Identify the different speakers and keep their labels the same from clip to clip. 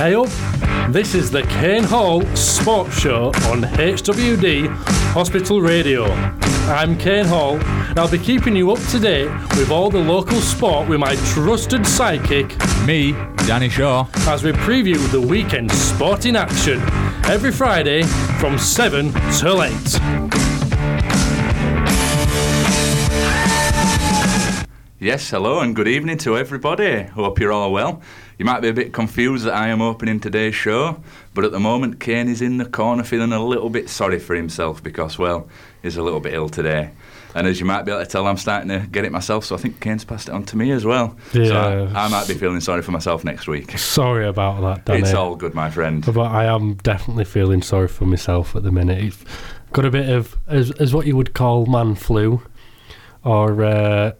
Speaker 1: Hey up! This is the Kane Hall Sports Show on HWD Hospital Radio. I'm Kane Hall, and I'll be keeping you up to date with all the local sport with my trusted sidekick
Speaker 2: Me, Danny Shaw.
Speaker 1: as we preview the weekend's sport in action every Friday from 7 till 8.
Speaker 3: Yes, hello and good evening to everybody. Hope you're all well. You might be a bit confused that I am opening today's show, but at the moment Kane is in the corner feeling a little bit sorry for himself because, well, he's a little bit ill today. And as you might be able to tell, I'm starting to get it myself, so I think Kane's passed it on to me as well. So
Speaker 1: Yeah.
Speaker 3: I, I might be feeling sorry for myself next week.
Speaker 1: Sorry about that, Danny.
Speaker 3: It's all good, my friend.
Speaker 1: But I am definitely feeling sorry for myself at the minute. It's got a bit of as as what you would call man flu, or uh,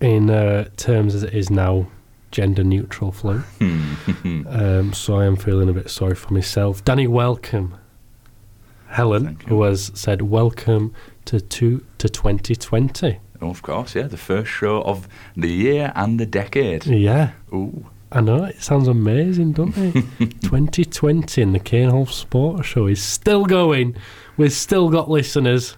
Speaker 1: in uh, terms as it is now, gender neutral flu.
Speaker 3: Hmm.
Speaker 1: um, so I am feeling a bit sorry for myself. Danny, welcome. Helen,
Speaker 3: Thank you.
Speaker 1: who has said welcome to two to 2020.
Speaker 3: Of course, yeah, the first show of the year and the decade.
Speaker 1: Yeah.
Speaker 3: Ooh,
Speaker 1: I know, it sounds amazing, doesn't it? 2020 and the Canehof Sports Show is still going. We've still got listeners.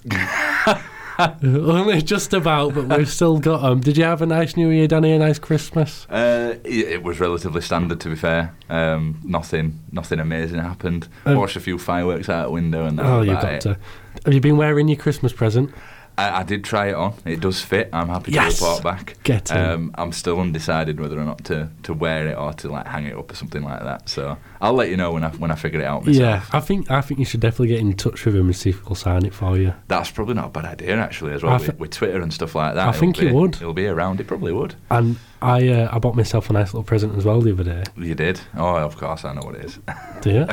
Speaker 1: Only just about, but we've still got them. Did you have a nice New Year, Danny? A nice Christmas?
Speaker 3: Uh, it, it was relatively standard, to be fair. Um, nothing, nothing amazing happened.
Speaker 1: Um,
Speaker 3: Watched a few fireworks out the window, and that
Speaker 1: Oh,
Speaker 3: was
Speaker 1: you've
Speaker 3: about
Speaker 1: got
Speaker 3: it.
Speaker 1: to. Have you been wearing your Christmas present?
Speaker 3: I, I did try it on. It does fit. I'm happy to
Speaker 1: Yes!
Speaker 3: report back.
Speaker 1: Get in.
Speaker 3: Um, I'm still undecided whether or not to, to wear it or to like hang it up or something like that. So I'll let you know when I when I figure it out. Myself.
Speaker 1: Yeah, I think I think you should definitely get in touch with him and see if he'll sign it for you.
Speaker 3: that's probably not a bad idea actually as
Speaker 1: I
Speaker 3: well
Speaker 1: thi-
Speaker 3: with, with Twitter and stuff like that.
Speaker 1: I
Speaker 3: it'll
Speaker 1: think
Speaker 3: be,
Speaker 1: it would.
Speaker 3: It'll be around. It probably would.
Speaker 1: And I uh, I bought myself a nice little present as well the other day.
Speaker 3: You did. Oh, of course, I know what it is.
Speaker 1: Do you?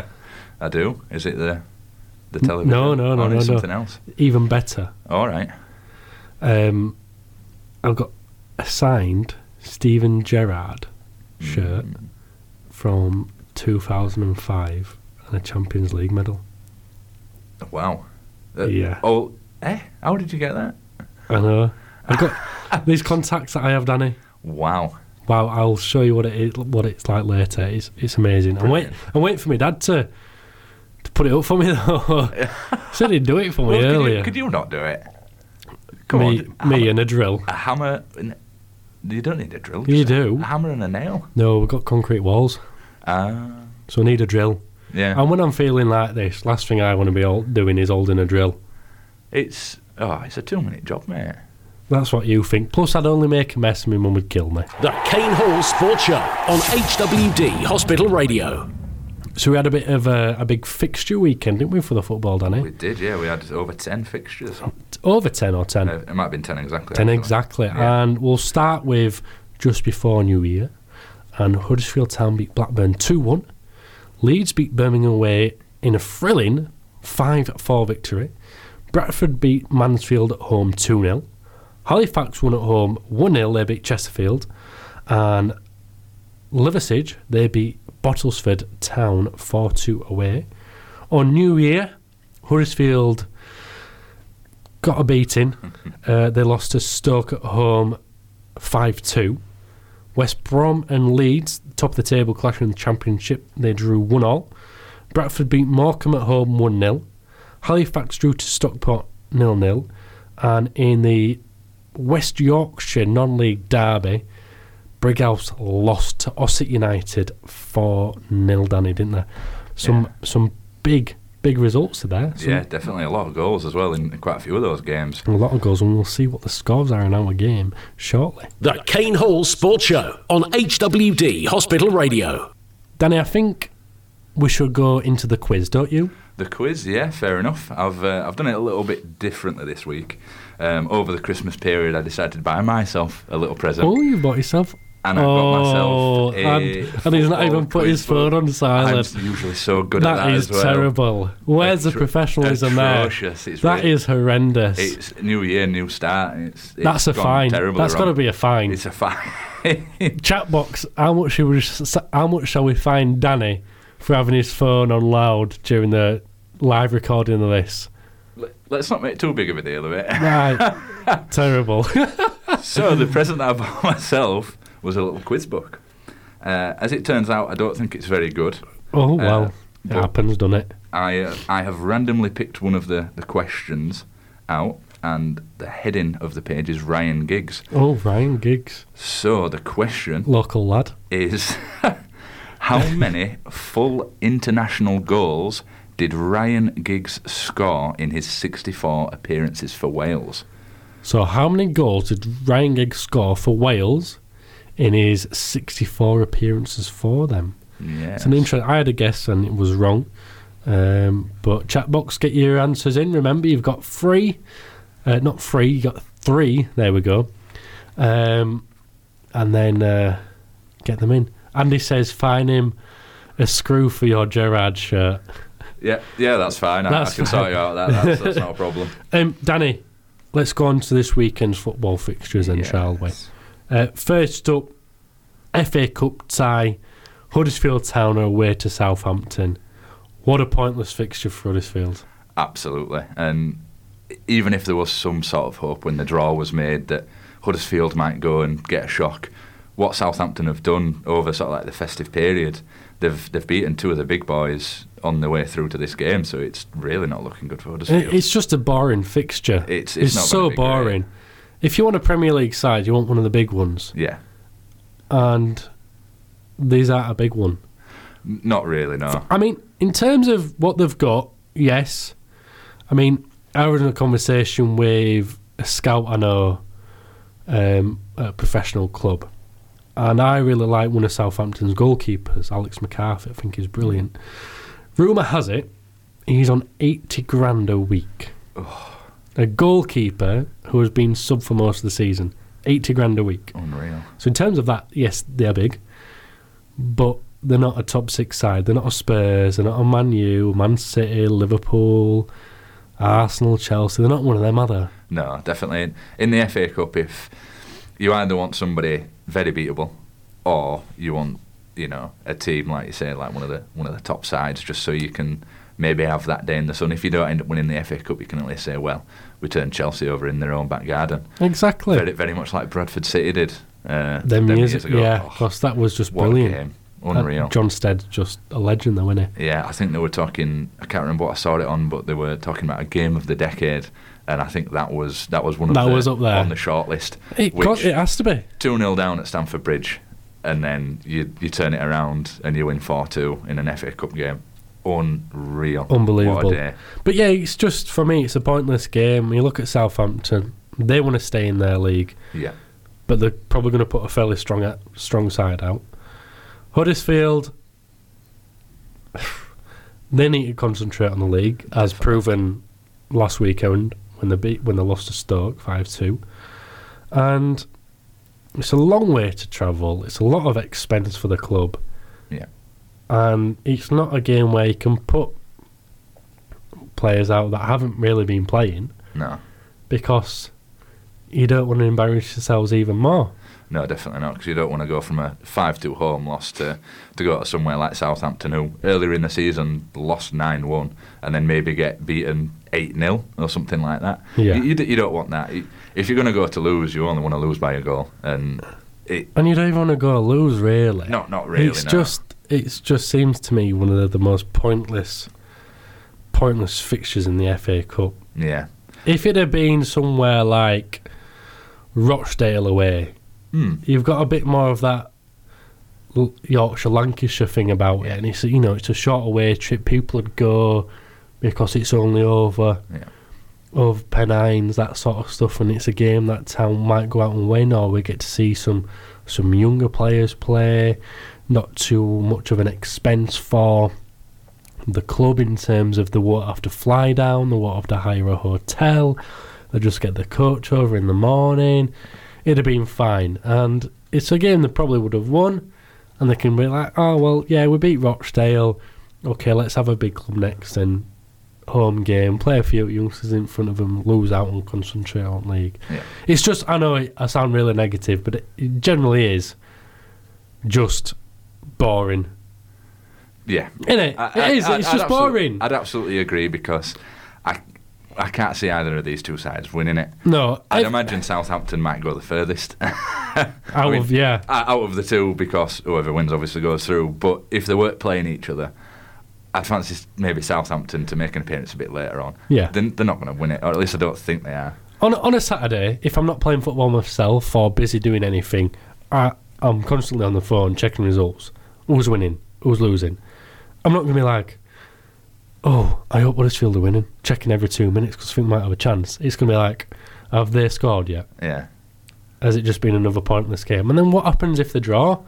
Speaker 3: I do. Is it the the television?
Speaker 1: no, no,
Speaker 3: Or
Speaker 1: no,
Speaker 3: is
Speaker 1: no.
Speaker 3: Something else.
Speaker 1: Even better.
Speaker 3: All right.
Speaker 1: Um, I've got a signed Steven Gerrard shirt
Speaker 3: Mm.
Speaker 1: from 2005 and a Champions League medal.
Speaker 3: Wow. Uh,
Speaker 1: Yeah.
Speaker 3: Oh, eh? How did you get that?
Speaker 1: I know. I've got these contacts that I have, Danny.
Speaker 3: Wow.
Speaker 1: Wow, I'll show you what it is, what it's like later. It's it's amazing. And wait, and wait for my dad to to put it up for me though. Said he'd do it for me
Speaker 3: Well, could,
Speaker 1: earlier.
Speaker 3: you, could you not do it? Come
Speaker 1: me,
Speaker 3: on.
Speaker 1: me and a drill.
Speaker 3: A hammer. And, you don't need a drill.
Speaker 1: You
Speaker 3: just a-
Speaker 1: do.
Speaker 3: A hammer and a nail.
Speaker 1: No, we've got concrete walls,
Speaker 3: Ah.
Speaker 1: so I need a drill.
Speaker 3: yeah.
Speaker 1: And when I'm feeling like this, last thing I want to be all doing is holding a drill.
Speaker 3: it's oh, it's a two-minute job, mate.
Speaker 1: That's what you think. Plus, I'd only make a mess and my mum would kill me.
Speaker 4: The Kane Hall Sports Show on HWD Hospital Radio.
Speaker 1: So we had a bit of a, a big fixture weekend, didn't we, for the football,
Speaker 3: We
Speaker 1: Danny?
Speaker 3: did, yeah. We had over ten fixtures.
Speaker 1: Um,
Speaker 3: Uh,
Speaker 1: Over 10 or 10?
Speaker 3: it might have been ten exactly.
Speaker 1: 10
Speaker 3: actually.
Speaker 1: exactly.
Speaker 3: Yeah.
Speaker 1: And we'll start with just before New Year. And Huddersfield Town beat Blackburn 2 1. Leeds beat Birmingham away in a thrilling 5 4 victory. Bradford beat Mansfield at home 2 0. Halifax won at home 1 0. They beat Chesterfield. And Liversidge, they beat Bottlesford Town 4 2 away. On New Year, Huddersfield got a beating. uh, they lost to Stoke at home 5 2. West Brom and Leeds, top of the table clash in the Championship, they drew 1 all. Bradford beat Morecambe at home 1 0. Halifax drew to Stockport 0 0. And in the West Yorkshire non league derby, Brighouse lost to Ossett United 4 0, Danny, didn't they? Some, some big, big results there. Some
Speaker 3: Yeah, definitely a lot of goals as well in quite a few of those games.
Speaker 1: a lot of goals, and we'll see what the scores are in our game shortly.
Speaker 4: The Kane Hall Sports Show on HWD Hospital Radio.
Speaker 1: Danny, I think we should go into the quiz, don't you?
Speaker 3: The quiz, yeah, fair enough. I've uh, I've done it a little bit differently this week. Um, over the Christmas period, I decided to buy myself a little present,
Speaker 1: Oh, you bought yourself.
Speaker 3: and I got myself
Speaker 1: Oh,
Speaker 3: a
Speaker 1: and, and he's not
Speaker 3: football
Speaker 1: even put
Speaker 3: quiz
Speaker 1: his phone
Speaker 3: book.
Speaker 1: on silent.
Speaker 3: I'm usually so good at
Speaker 1: that
Speaker 3: that
Speaker 1: is
Speaker 3: as well.
Speaker 1: terrible. Where's the
Speaker 3: Atro-
Speaker 1: professionalism there?
Speaker 3: atrocious, it's
Speaker 1: That
Speaker 3: really-
Speaker 1: is horrendous.
Speaker 3: It's new year, new start. and It's, it's
Speaker 1: That's a
Speaker 3: gone
Speaker 1: fine.
Speaker 3: Terribly
Speaker 1: That's got to be a fine.
Speaker 3: It's a fine.
Speaker 1: Chat box. How much shall we? How much shall we fine Danny for having his phone on loud during the live recording of this?
Speaker 3: Let's not make too big of a deal of it.
Speaker 1: Right. terrible.
Speaker 3: so the present that I bought myself was a little quiz book. Uh, as it turns out, I don't think it's very good.
Speaker 1: Oh, well, it
Speaker 3: but-
Speaker 1: happens, doesn't it?
Speaker 3: I uh, I have randomly picked one of the, the questions out, and the heading of the page is Ryan Giggs.
Speaker 1: Oh, Ryan Giggs,
Speaker 3: So the question
Speaker 1: local lad.
Speaker 3: is How many full international goals did Ryan Giggs score in his 64 appearances for Wales?
Speaker 1: So, how many goals did Ryan Giggs score for Wales in his 64 appearances for them?
Speaker 3: Yeah.
Speaker 1: It's an interesting. I had a guess and it was wrong. Um, but chat box, get your answers in. Remember, you've got three, uh, not three. You got three. There we go. Um, and then uh, get them in. Andy says, find him a screw for your Gerard shirt.
Speaker 3: Yeah, yeah, that's fine. I,
Speaker 1: That's
Speaker 3: I can
Speaker 1: fine.
Speaker 3: sort you out that. That's, that's not a problem.
Speaker 1: Um, Danny, let's go on to this weekend's football fixtures then, shall we?
Speaker 3: Yes.
Speaker 1: Uh, first up, FA Cup tie. Huddersfield Town are away to Southampton. What a pointless fixture for Huddersfield.
Speaker 3: Absolutely. And even if there was some sort of hope when the draw was made that Huddersfield might go and get a shock, what Southampton have done over sort of like the festive period, they've they've beaten two of the big boys on their way through to this game, so it's really not looking good for
Speaker 1: I-
Speaker 3: Huddersfield.
Speaker 1: Uh, It's just a boring fixture.
Speaker 3: It's- it's not gonna
Speaker 1: so
Speaker 3: be great.
Speaker 1: boring. If you want a Premier League side, you want one of the big ones,
Speaker 3: yeah,
Speaker 1: and these aren't a big one.
Speaker 3: N- not really. No.
Speaker 1: I mean, in terms of what they've got, yes. I mean, I was in a conversation with a scout I know um, at a professional club, and I really like one of Southampton's goalkeepers, Alex McCarthy. I think he's brilliant. Rumour has it he's on 80 grand a week. A goalkeeper who has been sub for most of the season, 80 grand a week.
Speaker 3: Unreal.
Speaker 1: So in terms of that, yes, they're big, but they're not a top six side. They're not a Spurs. They're not a Man U, Man City, Liverpool, Arsenal, Chelsea. They're not one of them, are they?
Speaker 3: No, definitely. In- In the FA Cup, if you either want somebody very beatable, or you want you know a team like you say, like one of the one of the top sides, just so you can maybe have that day in the sun. If you don't end up winning the FA Cup, you can at least say, well, we turned Chelsea over in their own back garden,
Speaker 1: Exactly.
Speaker 3: very very much like Bradford City did. Uh,
Speaker 1: them
Speaker 3: them
Speaker 1: years,
Speaker 3: years ago.
Speaker 1: yeah.
Speaker 3: Oh,
Speaker 1: Of course, that was just
Speaker 3: what a
Speaker 1: brilliant.
Speaker 3: game. Unreal.
Speaker 1: Uh, John Stead's just a legend, though, isn't he?
Speaker 3: Yeah, I think they were talking. I can't remember what I saw it on, but they were talking about a game of the decade, and I think that was that was one of
Speaker 1: That
Speaker 3: the,
Speaker 1: was up there.
Speaker 3: on the shortlist.
Speaker 1: It,
Speaker 3: which
Speaker 1: got, it has to be.
Speaker 3: two 0 down at Stamford Bridge, and then you you turn it around and you win four two in an FA Cup game. Unreal,
Speaker 1: Unbelievable.
Speaker 3: What a day.
Speaker 1: But yeah, it's just for me, it's a pointless game. You look at Southampton; they want to stay in their league.
Speaker 3: Yeah,
Speaker 1: but they're probably going to put a fairly strong strong side out. Huddersfield, they need to concentrate on the league, as proven last weekend when they beat when they lost to Stoke five two, and it's a long way to travel. It's a lot of expense for the club,
Speaker 3: yeah,
Speaker 1: and it's not a game where you can put players out that haven't really been playing
Speaker 3: no,
Speaker 1: because you don't want to embarrass yourselves even more.
Speaker 3: no, definitely not because you don't want to go from a five two home loss to to go to somewhere like Southampton, who earlier in the season lost nine one, and then maybe get beaten eight 0 or something like that.
Speaker 1: Yeah.
Speaker 3: you, you, d- you don't want that. You- If you're going to go to lose, you only want to lose by a goal, and it
Speaker 1: And you don't even want to go lose, really.
Speaker 3: No, not really,
Speaker 1: It's
Speaker 3: no.
Speaker 1: just it just seems to me one of the, the most pointless pointless fixtures in the FA Cup.
Speaker 3: yeah,
Speaker 1: If it had been somewhere like Rochdale away,
Speaker 3: Hmm.
Speaker 1: you've got a bit more of that L- Yorkshire Lancashire thing about it, and it's you know it's a short away trip. People would go because it's only over
Speaker 3: Yeah.
Speaker 1: over Pennines that sort of stuff, and it's a game that town might go out and win, or we get to see some some younger players play. Not too much of an expense for the club in terms of the what have to fly down, the what have to hire a hotel. They just get the coach over in the morning. It'd have been fine, and it's a game they probably would have won, and they can be like, oh well, yeah, we beat Rochdale. Okay, let's have a big club next and home game, play a few youngsters in front of them, lose out and concentrate on league.
Speaker 3: Yeah.
Speaker 1: It's just I know it, I sound really negative, but it, it generally is just boring.
Speaker 3: yeah.
Speaker 1: Isn't it?
Speaker 3: I-
Speaker 1: it
Speaker 3: I-
Speaker 1: is.
Speaker 3: I-
Speaker 1: it's
Speaker 3: I'd
Speaker 1: just
Speaker 3: absolute-
Speaker 1: boring.
Speaker 3: I'd absolutely agree because I I can't see either of these two sides winning it.
Speaker 1: No,
Speaker 3: I'd
Speaker 1: I,
Speaker 3: imagine Southampton might go the furthest
Speaker 1: I
Speaker 3: mean-
Speaker 1: would- yeah.
Speaker 3: out of the two because whoever wins obviously goes through. But if they weren't playing each other, I'd fancy s- maybe Southampton to make an appearance a bit later on.
Speaker 1: Yeah.
Speaker 3: Then they're not going to win it, or at least I don't think they are.
Speaker 1: On, on a Saturday, if I'm not playing football myself or busy doing anything, I, I'm constantly on the phone checking results. Who's winning? Who's losing? I'm not going to be like, oh, I hope Huddersfield are winning. Checking every two minutes because I think we might have a chance. It's going to be like, have they scored yet?
Speaker 3: Yeah.
Speaker 1: Has it just been another pointless game? And then what happens if they draw?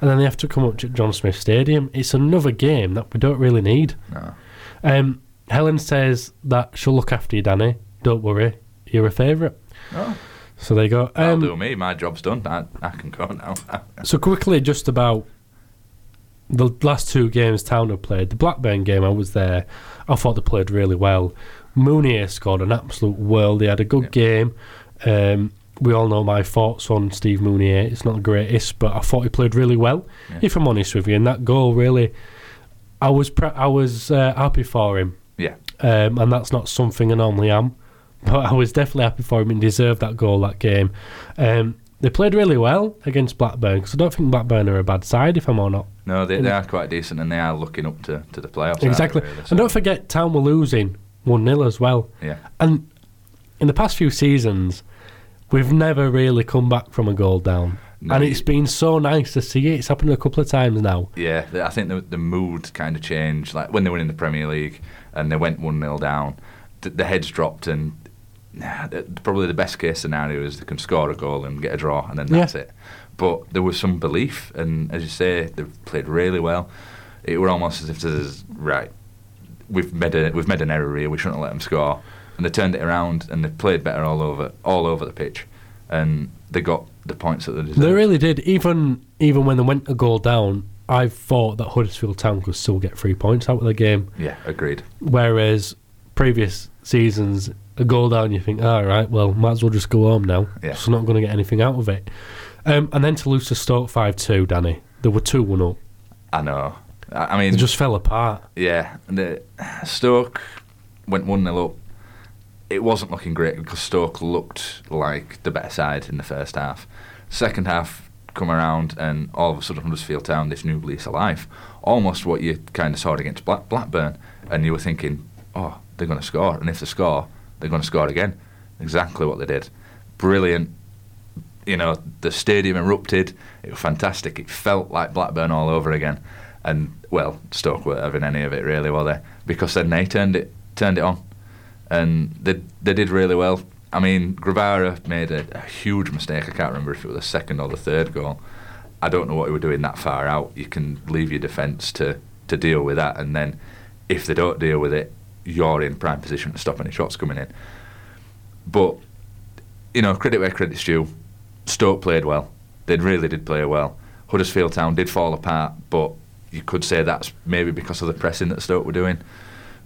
Speaker 1: And then they have to come up to John Smith Stadium. It's another game that we don't really need.
Speaker 3: No.
Speaker 1: Um, Helen says that she'll look after you, Danny. Don't worry, you're a favourite.
Speaker 3: Oh.
Speaker 1: So there you go.
Speaker 3: That'll
Speaker 1: Um,
Speaker 3: do me. My job's done. I, I can go now.
Speaker 1: So quickly, just about the last two games Town have played. The Blackburn game, I was there. I thought they played really well. Mooney scored an absolute world. He had a good
Speaker 3: Yep.
Speaker 1: game. Um, we all know my thoughts on Steve Mooney. It's not the greatest, but I thought he played really well.
Speaker 3: Yeah.
Speaker 1: If I'm honest with you, and that goal really, I was pre- I was uh, happy for him,
Speaker 3: yeah.
Speaker 1: um, and that's not something I normally am. But I was definitely happy for him and deserved that goal that game. Um, they played really well against Blackburn because I don't think Blackburn are a bad side, if I'm or not.
Speaker 3: No, they, they are quite decent and they are looking up to, to the playoffs. aren't they,
Speaker 1: Exactly.
Speaker 3: really? So,
Speaker 1: And don't forget, Town were losing 1 0 as well.
Speaker 3: Yeah.
Speaker 1: And in the past few seasons, we've never really come back from a goal down.
Speaker 3: No,
Speaker 1: and
Speaker 3: you-
Speaker 1: it's been so nice to see it. It's happened a couple of times now.
Speaker 3: Yeah, th- I think the, the mood kind of changed. Like when they were in the Premier League and they went 1 0 down, th- the heads dropped, and nah, th- probably the best case scenario is they can score a goal and get a draw, and then
Speaker 1: Yeah.
Speaker 3: that's it. But there was some belief, and as you say, they've played really well. It were almost as if there's right, we've made a we've made an error here. We shouldn't have let them score, and they turned it around and they played better all over all over the pitch, and they got the points that they deserved.
Speaker 1: They really did. Even even when they went a goal down, I thought that Huddersfield Town could still get three points out of the game.
Speaker 3: yeah, agreed.
Speaker 1: Whereas previous seasons, a goal down, you think, all right, well, might as well just go home now.
Speaker 3: Yeah.
Speaker 1: So not going to get anything out of it. Um, and then to lose to Stoke 5 2, Danny, they were 2 1 up.
Speaker 3: I know. I, I mean,
Speaker 1: They just fell apart.
Speaker 3: Yeah, and the, Stoke went 1 0 up. It wasn't looking great because Stoke looked like the better side in the first half. Second half come around, and all of a sudden, Huddersfield Town, this new lease of life. Almost what you kind of saw against Black- Blackburn, and you were thinking, oh, they're going to score, and if they score, they're going to score again. Exactly what they did. Brilliant you know, the stadium erupted. It was fantastic. It felt like Blackburn all over again. And well, Stoke weren't having any of it really, were they? Because then they turned it turned it on, and they they did really well. I mean, Gravara made a, a huge mistake. I can't remember if it was the second or the third goal. I don't know what he was doing that far out. You can leave your defence to to deal with that, and then if they don't deal with it, you're in prime position to stop any shots coming in. But you know, credit where credit's due. Stoke played well. They really did play well. Huddersfield Town did fall apart, but you could say that's maybe because of the pressing that Stoke were doing.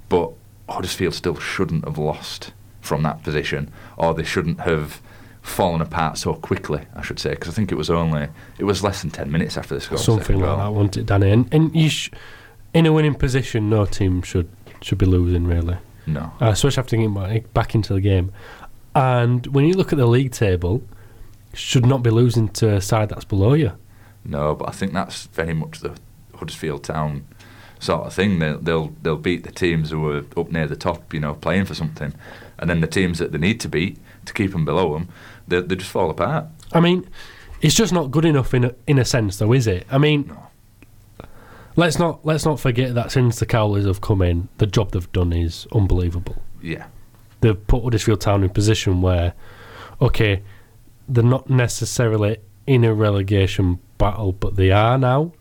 Speaker 3: But Huddersfield still shouldn't have lost from that position, or they shouldn't have fallen apart so quickly. I should say because I think it was only it was less than ten minutes after they scored the score.
Speaker 1: Something like that, wasn't it, Danny? And, and you sh- in a winning position, no team should should be losing, really.
Speaker 3: No.
Speaker 1: uh, especially after getting back, back into the game. And when you look at the league table, should not be losing to a side that's below you.
Speaker 3: No, but I think that's very much the Huddersfield Town sort of thing. They'll they'll, they'll beat the teams who are up near the top, you know, playing for something, and then the teams that they need to beat to keep them below them, they they just fall apart.
Speaker 1: I mean, it's just not good enough in a, in a sense, though, is it? I mean,
Speaker 3: No.
Speaker 1: let's not let's not forget that since the Cowleys have come in, the job they've done is unbelievable.
Speaker 3: Yeah,
Speaker 1: They've put Huddersfield Town in a position where, okay, they're not necessarily in a relegation battle, but they are now.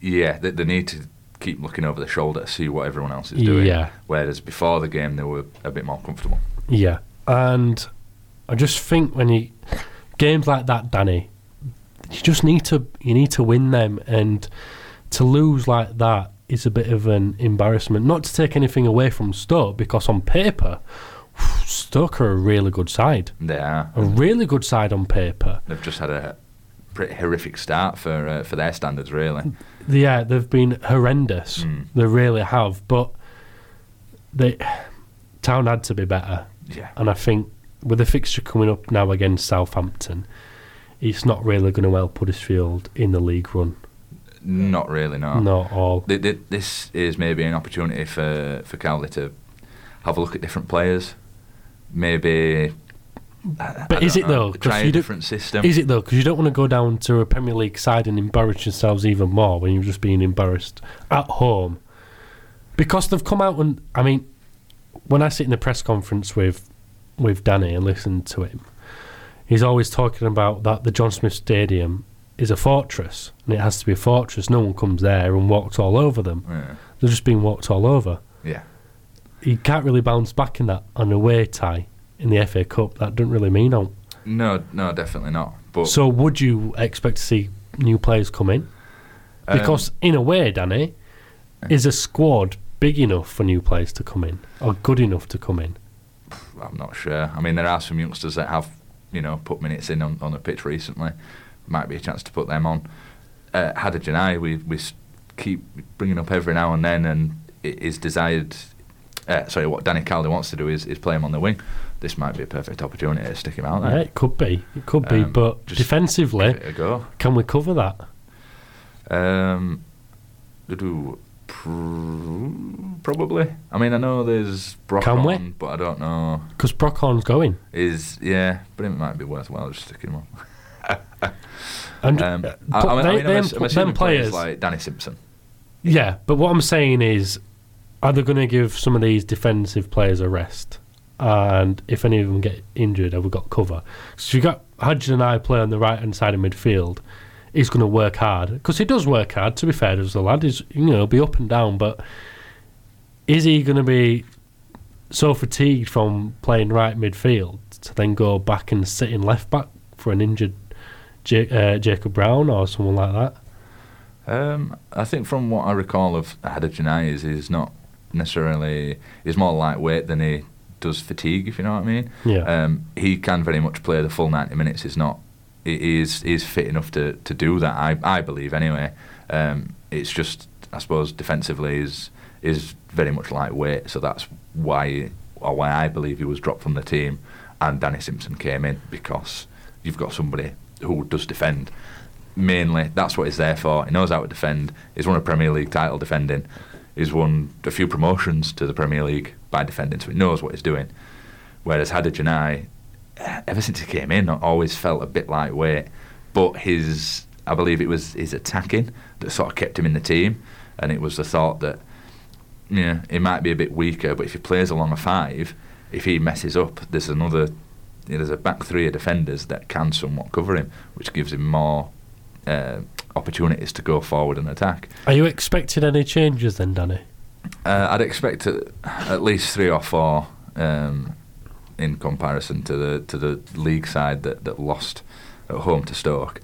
Speaker 3: yeah. They, they need to keep looking over their shoulder to see what everyone else is doing.
Speaker 1: Yeah.
Speaker 3: Whereas before the game, they were a bit more comfortable.
Speaker 1: Yeah, and I just think when you games like that, Danny, you just need to you need to win them, and to lose like that is a bit of an embarrassment. Not to take anything away from Stoke, because on paper, Stoke are a really good side,
Speaker 3: They are.
Speaker 1: a really good side on paper.
Speaker 3: They've just had a pretty horrific start for uh, for their standards, really.
Speaker 1: Yeah, they've been horrendous. They really have, but they Town had to be better.
Speaker 3: Yeah.
Speaker 1: And I think with the fixture coming up now against Southampton, it's not really going to help Huddersfield in the league run.
Speaker 3: Not really, no.
Speaker 1: Not at all.
Speaker 3: Th- th- This is maybe an opportunity for, for Cowley to have a look at different players. Maybe. I- I
Speaker 1: But is
Speaker 3: don't
Speaker 1: it
Speaker 3: know,
Speaker 1: though? 'Cause
Speaker 3: Try a
Speaker 1: you don't-
Speaker 3: different system.
Speaker 1: Is it though? Because you don't want to go down to a Premier League side and embarrass yourselves even more when you're just being embarrassed at home. Because they've come out and I mean, when I sit in the press conference with with Danny and listen to him, he's always talking about that the John Smith Stadium is a fortress and it has to be a fortress. No one comes there and walks all over them.
Speaker 3: Yeah.
Speaker 1: They're just being walked all over.
Speaker 3: yeah.
Speaker 1: He can't really bounce back in that on a away tie in the FA Cup. That doesn't really mean out.
Speaker 3: No, no, definitely not. But
Speaker 1: So would you expect to see new players come in?
Speaker 3: um,
Speaker 1: Because in a way, Danny, is a squad big enough for new players to come in or good enough to come in?
Speaker 3: I'm not sure. I mean, there are some youngsters that have, you know, put minutes in on, on the pitch recently. Might be a chance to put them on. Uh, Haddad and I, we, we s- keep bringing up every now and then, and it is desired. Uh, sorry, what Danny Calder wants to do is, is play him on the wing. This might be a perfect opportunity to stick him out
Speaker 1: Yeah,
Speaker 3: there.
Speaker 1: it could be. It could be.
Speaker 3: Um,
Speaker 1: But
Speaker 3: just
Speaker 1: defensively,
Speaker 3: Give it a go.
Speaker 1: can we cover that?
Speaker 3: Um, do pr- probably. I mean, I know there's Brock
Speaker 1: Can we?
Speaker 3: on, but I don't know.
Speaker 1: Because Brockhorn's going.
Speaker 3: Is yeah, but it might be worthwhile just sticking him on.
Speaker 1: And
Speaker 3: Um,
Speaker 1: uh,
Speaker 3: I,
Speaker 1: put
Speaker 3: I mean,
Speaker 1: they-
Speaker 3: I mean, I'm,
Speaker 1: them-
Speaker 3: ass- I'm
Speaker 1: them
Speaker 3: assuming players
Speaker 1: players.
Speaker 3: like Danny Simpson.
Speaker 1: yeah, but what I'm saying is, are they going to give some of these defensive players a rest? And if any of them get injured, have we got cover? So you got Hudson and I play on the right hand side of midfield. He's going to work hard because he does work hard. To be fair, as a lad, he's you know be up and down, but is he going to be so fatigued from playing right midfield to then go back and sit in left back for an injured Ja- uh, Jacob Brown or someone like that?
Speaker 3: Um, I think from what I recall of Hadajinai is he's not necessarily he's more lightweight than he does fatigue, if you know what I mean.
Speaker 1: Yeah.
Speaker 3: Um, he can very much play the full ninety minutes. He's not he- he is he is fit enough to, to do that. I I believe anyway. Um, it's just I suppose defensively is is very much lightweight, so that's why or why I believe he was dropped from the team, and Danny Simpson came in because you've got somebody who does defend mainly. That's what he's there for. He knows how to defend. He's won a Premier League title defending. He's won a few promotions to the Premier League by defending, so he knows what he's doing. Whereas Hadid Janai, ever since he came in, always felt a bit lightweight. But his, I believe it was his attacking that sort of kept him in the team, and it was the thought that, yeah, he might be a bit weaker, but if he plays along a five, if he messes up, there's another, there's a back three of defenders that can somewhat cover him, which gives him more uh, opportunities to go forward and attack.
Speaker 1: Are you expecting any changes then, Danny?
Speaker 3: Uh, I'd expect at, at least three or four um, in comparison to the to the league side that, that lost at home to Stoke.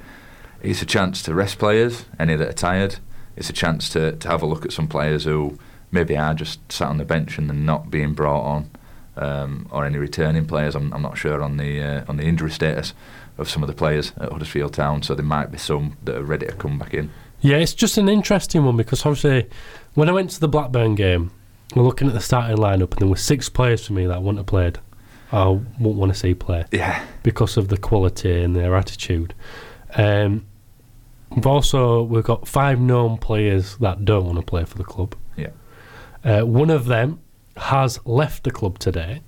Speaker 3: It's a chance to rest players, any that are tired. It's a chance to, to have a look at some players who maybe are just sat on the bench and they're not being brought on, um, or any returning players. I'm, I'm not sure on the uh, on the injury status of some of the players at Huddersfield Town, so there might be some that are ready to come back in.
Speaker 1: Yeah, it's just an interesting one because obviously, when I went to the Blackburn game, we're looking at the starting lineup, and there were six players for me that I wouldn't have played, I wouldn't want to see play
Speaker 3: Yeah,
Speaker 1: because of the quality and their attitude. Um, we've also we've got five known players that don't want to play for the club.
Speaker 3: yeah.
Speaker 1: Uh, one of them has left the club today.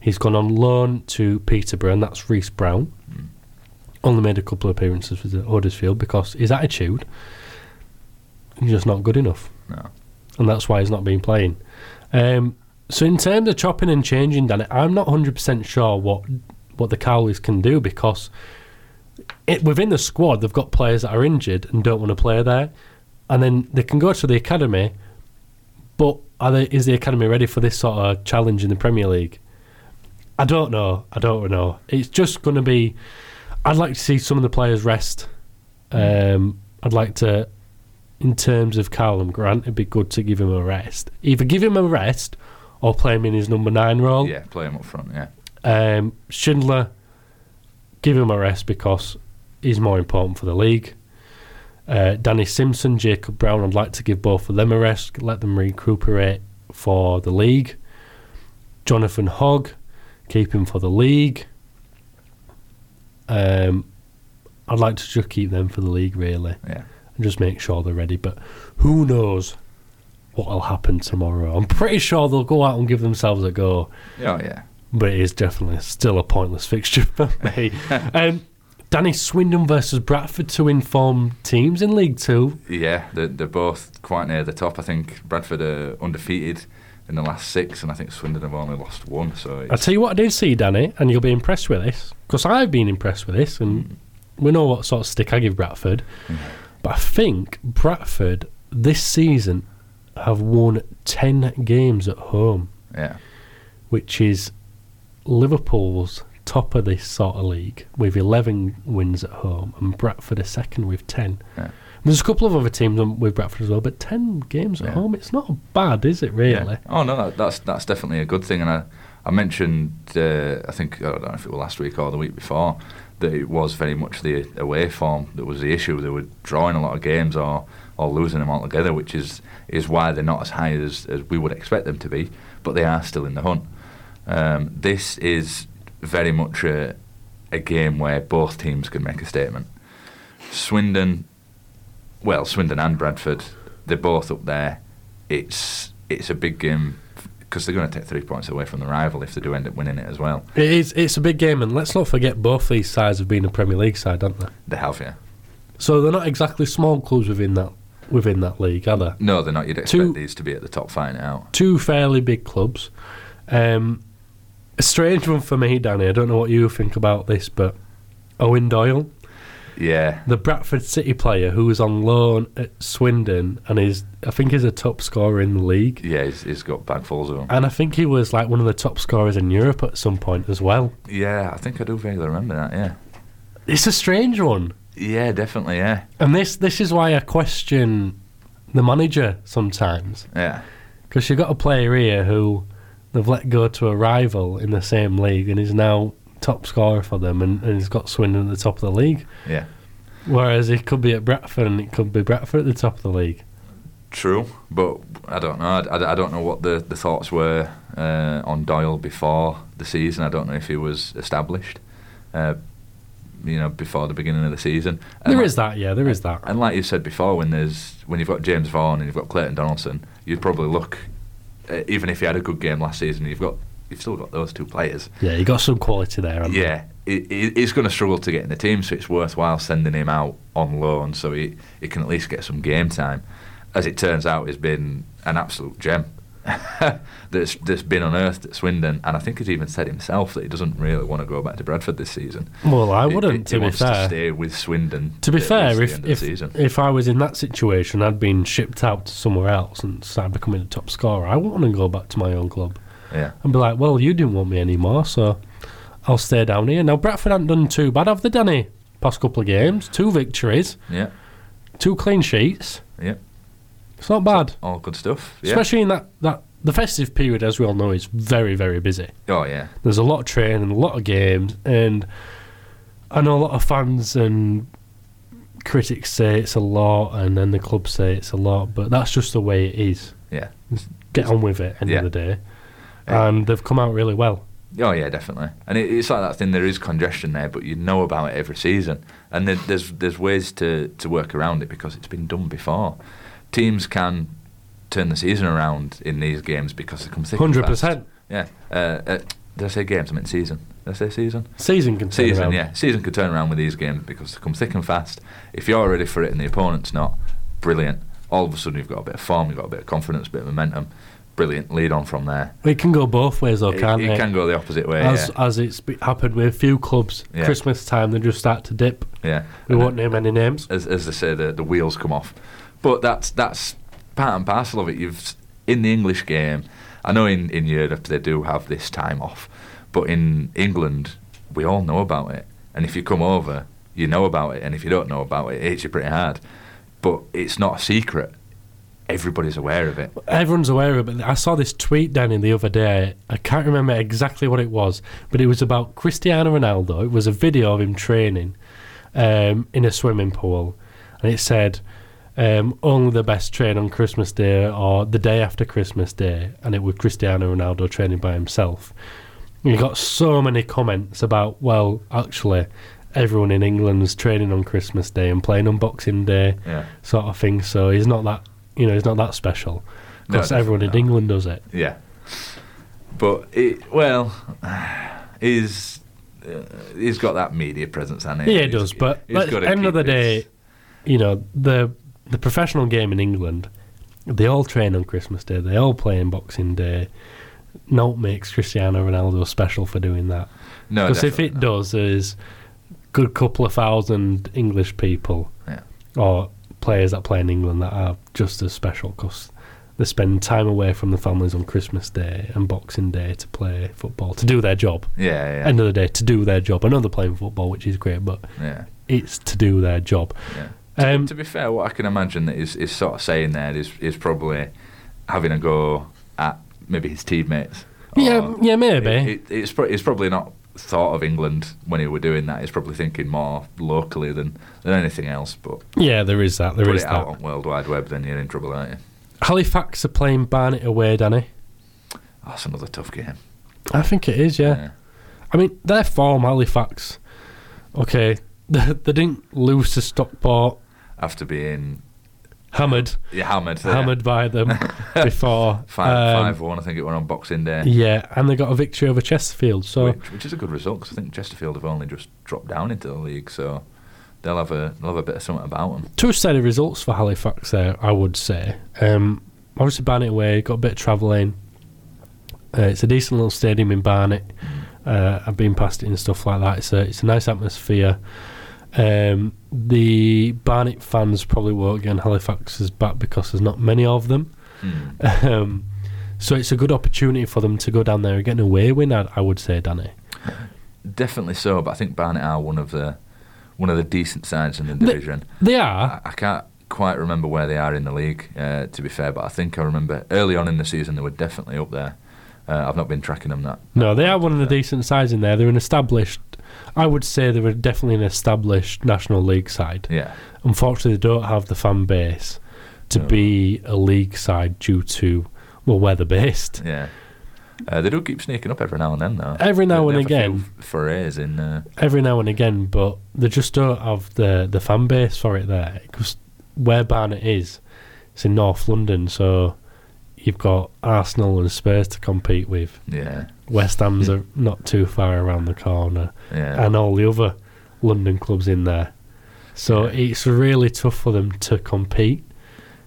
Speaker 1: He's gone on loan to Peterborough, and that's Reece Brown.
Speaker 3: Hmm.
Speaker 1: Only made a couple of appearances with the Huddersfield because his attitude is just not good enough.
Speaker 3: No.
Speaker 1: And that's why he's not been playing. Um, so, in terms of chopping and changing, Danny, I'm not 100% sure what, what the Cowleys can do because it, within the squad, they've got players that are injured and don't want to play there. And then they can go to the academy, but are they, is the academy ready for this sort of challenge in the Premier League? I don't know. I don't know. It's just going to be. I'd like to see some of the players rest. Um, I'd like to, in terms of Callum Grant, it'd be good to give him a rest. Either give him a rest or play him in his number nine role
Speaker 3: Yeah, play him up front, yeah.
Speaker 1: um, Schindler, give him a rest because he's more important for the league. Uh, Danny Simpson, Jacob Brown, I'd like to give both of them a rest, let them recuperate for the league. Jonathan Hogg, keep him for the league. Um, I'd like to just keep them for the league, really,
Speaker 3: Yeah.
Speaker 1: and just make sure they're ready. But who knows what will happen tomorrow? I'm pretty sure they'll go out and give themselves a go,
Speaker 3: Oh, yeah.
Speaker 1: but it is definitely still a pointless fixture for me. um, Danny Swindon versus Bradford, two informed teams in League Two.
Speaker 3: Yeah, they're, they're both quite near the top. I think Bradford are undefeated in the last six, and I think Swindon have only lost one. So
Speaker 1: I'll
Speaker 3: it's,
Speaker 1: tell you what I did see, Danny, and you'll be impressed with this, because I've been impressed with this, and we know what sort of stick I give Bradford. But I think Bradford this season have won 10 games at home,
Speaker 3: yeah,
Speaker 1: which is Liverpool's top of this sort of league with 11 wins at home, and Bradford are second with 10.
Speaker 3: Yeah.
Speaker 1: There's a couple of other teams on- with Bradford as well, but 10 games at
Speaker 3: Yeah.
Speaker 1: home, it's not bad, is it, really?
Speaker 3: Yeah. Oh no, that, that's that's definitely a good thing. And I, I mentioned, uh, I think I don't know if it was last week or the week before, that it was very much the away form that was the issue. They were drawing a lot of games or or losing them altogether, which is is why they're not as high as as we would expect them to be. But they are still in the hunt. Um, this is very much a, a game where both teams can make a statement. Swindon, well, Swindon and Bradford, they're both up there. It's it's a big game because they're going to take three points away from the rival if they do end up winning it as well.
Speaker 1: It is. It's a big game, and let's not forget both these sides have been a Premier League side, haven't they?
Speaker 3: They have, yeah.
Speaker 1: So they're not exactly small clubs within that within that league, are they?
Speaker 3: No, they're not. You'd expect
Speaker 1: Two-
Speaker 3: these to be at the top fighting it out.
Speaker 1: Two fairly big clubs. Um, a strange one for me, Danny. I don't know what you think about this, but Owen Doyle,
Speaker 3: Yeah,
Speaker 1: the Bradford City player who was on loan at Swindon, and is I think is a top scorer in the league,
Speaker 3: yeah, he's, he's got bagfuls of them.
Speaker 1: and I think he was like one of the top scorers in Europe at some point as well.
Speaker 3: Yeah, I think I do vaguely remember that. Yeah,
Speaker 1: It's a strange one.
Speaker 3: yeah, definitely, yeah,
Speaker 1: And this this is why I question the manager sometimes
Speaker 3: yeah,
Speaker 1: because you've got a player here who they've let go to a rival in the same league and is now top scorer for them and, and he's got Swindon at the top of the league.
Speaker 3: yeah.
Speaker 1: Whereas it could be at Bradford and it could be Bradford at the top of the league.
Speaker 3: True, but I don't know. I, I- I don't know what the, the thoughts were uh, on Doyle before the season. I don't know if he was established, uh, you know, before the beginning of the season.
Speaker 1: There
Speaker 3: like,
Speaker 1: is that, yeah, there is that.
Speaker 3: And like you said before, when there's when you've got James Vaughan and you've got Clayton Donaldson, you'd probably look, uh, even if he had a good game last season, you've got you've still got those two players.
Speaker 1: Yeah, you got some quality there. haven't you?
Speaker 3: Yeah, he- he- he's going to struggle to get in the team, so it's worthwhile sending him out on loan so he, he can at least get some game time. As it turns out, he's been an absolute gem that's that's been unearthed at Swindon, and I think he's even said himself that he doesn't really want to go back to Bradford this season.
Speaker 1: Well, I
Speaker 3: He-
Speaker 1: wouldn't,
Speaker 3: he-
Speaker 1: to
Speaker 3: he
Speaker 1: be
Speaker 3: wants
Speaker 1: fair.
Speaker 3: to stay with Swindon.
Speaker 1: To be
Speaker 3: at least
Speaker 1: fair,
Speaker 3: the
Speaker 1: if
Speaker 3: end of the
Speaker 1: if,
Speaker 3: season.
Speaker 1: if I was in that situation, I'd been shipped out to somewhere else and started becoming a top scorer. I wouldn't want to go back to my own club.
Speaker 3: yeah,
Speaker 1: and be like, well, you didn't want me anymore, so I'll stay down here. Now, Bradford haven't done too bad, have they, Danny? Past couple of games, two victories,
Speaker 3: yeah,
Speaker 1: two clean sheets.
Speaker 3: yeah,
Speaker 1: It's not bad,
Speaker 3: all good stuff. Yeah.
Speaker 1: especially in that, that the festive period, as we all know, is very, very busy.
Speaker 3: oh yeah,
Speaker 1: There's a lot of training, a lot of games, and I know a lot of fans and critics say it's a lot, and then the club say it's a lot, but that's just the way it is.
Speaker 3: yeah,
Speaker 1: Get on with it, end
Speaker 3: Yeah.
Speaker 1: of the day.
Speaker 3: Yeah.
Speaker 1: And they've come out really well.
Speaker 3: Oh yeah, definitely. And it, it's like that thing. There is congestion there, but you know about it every season, and there, there's there's ways to to work around it because it's been done before. Teams can turn the season around in these games because they come thick. and
Speaker 1: Hundred
Speaker 3: fast.
Speaker 1: percent.
Speaker 3: Yeah. Uh, uh, did I say games? I meant season. Did I say season?
Speaker 1: Season can turn
Speaker 3: Season.
Speaker 1: around.
Speaker 3: Yeah, season could turn around with these games because they come thick and fast. If you're ready for it and the opponent's not, brilliant. All of a sudden you've got a bit of form, you've got a bit of confidence, a bit of momentum. Brilliant. Lead on from there.
Speaker 1: It can go both ways, though,
Speaker 3: It-
Speaker 1: can't
Speaker 3: it,
Speaker 1: it?
Speaker 3: can go the opposite way.
Speaker 1: As
Speaker 3: yeah.
Speaker 1: as it's be- happened with a few clubs,
Speaker 3: Yeah.
Speaker 1: Christmas time they just start to dip.
Speaker 3: yeah.
Speaker 1: We
Speaker 3: And
Speaker 1: won't name any names.
Speaker 3: as, as they say, the, the wheels come off. But that's that's part and parcel of it. You've s- in the English game. I know in, in Europe they do have this time off, but in England we all know about it. And if you come over, you know about it. And if you don't know about it, it hits you pretty hard. But it's not a secret. Everybody's aware of it.
Speaker 1: Everyone's aware of it. But I saw this tweet Danny the other day. I can't remember exactly what it was, but it was about Cristiano Ronaldo. It was a video of him training um, in a swimming pool, and it said, Um, only the best train on Christmas Day or the day after Christmas Day, and it was Cristiano Ronaldo training by himself. You got so many comments about, well, actually, everyone in England's training on Christmas Day and playing on Boxing Day,
Speaker 3: Yeah.
Speaker 1: sort of thing. So he's not that, you know, he's not that special
Speaker 3: No,
Speaker 1: because everyone in
Speaker 3: definitely not.
Speaker 1: England does it.
Speaker 3: Yeah. But it, well, he's uh, he's got that media presence, hasn't he?
Speaker 1: Yeah, it
Speaker 3: He's-
Speaker 1: does. But
Speaker 3: he's
Speaker 1: at
Speaker 3: gotta
Speaker 1: the end of
Speaker 3: keep
Speaker 1: the
Speaker 3: his-
Speaker 1: day, you know, the the professional game in England, they all train on Christmas Day. They all play on Boxing Day. No, it makes Cristiano Ronaldo special for doing that.
Speaker 3: no,
Speaker 1: Because if
Speaker 3: definitely
Speaker 1: it
Speaker 3: not.
Speaker 1: does, there's good couple of thousand English people
Speaker 3: Yeah.
Speaker 1: or players that play in England that are just as special because they spend time away from the families on Christmas Day and Boxing Day to play football, to do their job.
Speaker 3: yeah, yeah,
Speaker 1: End of the day, to do their job. I know they're playing football, which is great, but
Speaker 3: yeah,
Speaker 1: it's to do their job.
Speaker 3: yeah.
Speaker 1: Um,
Speaker 3: to be fair, what I can imagine that he's, he's sort of saying there is is probably having a go at maybe his teammates.
Speaker 1: yeah,
Speaker 3: or-
Speaker 1: yeah, maybe.
Speaker 3: oh. It, it, it's, pro- it's probably not thought of England when he were doing that. He's probably thinking more locally than, than anything else. But
Speaker 1: yeah, there is that. There
Speaker 3: put
Speaker 1: is
Speaker 3: it out
Speaker 1: that.
Speaker 3: on World Wide Web, then you're in trouble, aren't you?
Speaker 1: Halifax are playing Barnet away, Danny.
Speaker 3: Oh, That's another tough game.
Speaker 1: I think it is. Yeah. I mean, their form, Halifax. Okay, they, they didn't lose to Stockport,
Speaker 3: After being
Speaker 1: hammered,
Speaker 3: yeah, hammered, there.
Speaker 1: hammered by them before.
Speaker 3: five,
Speaker 1: um,
Speaker 3: five one. I think it were on Boxing Day,
Speaker 1: Yeah, and they got a victory over Chesterfield. So
Speaker 3: which, which is a good result because I think Chesterfield have only just dropped down into the league, so they'll have a they'll have a bit of something about them.
Speaker 1: two steady results for Halifax there, I would say. Um, obviously, Barnet away, got a bit of travelling. Uh, it's a decent little stadium in Barnet. Uh, I've been past it and stuff like that. It's a, it's a nice atmosphere. Um, the Barnet fans probably won't get on Halifax's back because there's not many of them. Um, so it's a good opportunity for them to go down there and get an away win, I, I would say, Danny.
Speaker 3: Definitely so, but I think Barnet are one of the one of the decent sides in the division.
Speaker 1: They are.
Speaker 3: I, I can't quite remember where they are in the league, uh, to be fair, but I think I remember early on in the season they were definitely up there. Uh, I've not been tracking them that.
Speaker 1: No, they are one of the decent sides in there. They're an established. I would say they were definitely an established National League side.
Speaker 3: Yeah,
Speaker 1: Unfortunately, they don't have the fan base to
Speaker 3: No.
Speaker 1: be a league side due to well, where they're based.
Speaker 3: yeah. Uh, they do keep sneaking up every now and then, though.
Speaker 1: Every now
Speaker 3: They-
Speaker 1: and
Speaker 3: they have a
Speaker 1: again.
Speaker 3: few forays in. Uh,
Speaker 1: Every now and again, but they just don't have the the fan base for it there. Because where Barnet is, it's in North London, so you've got Arsenal and Spurs to compete with.
Speaker 3: yeah,
Speaker 1: West Ham's are not too far around the corner.
Speaker 3: yeah.
Speaker 1: and all the other London clubs in there. So it's really tough for them to compete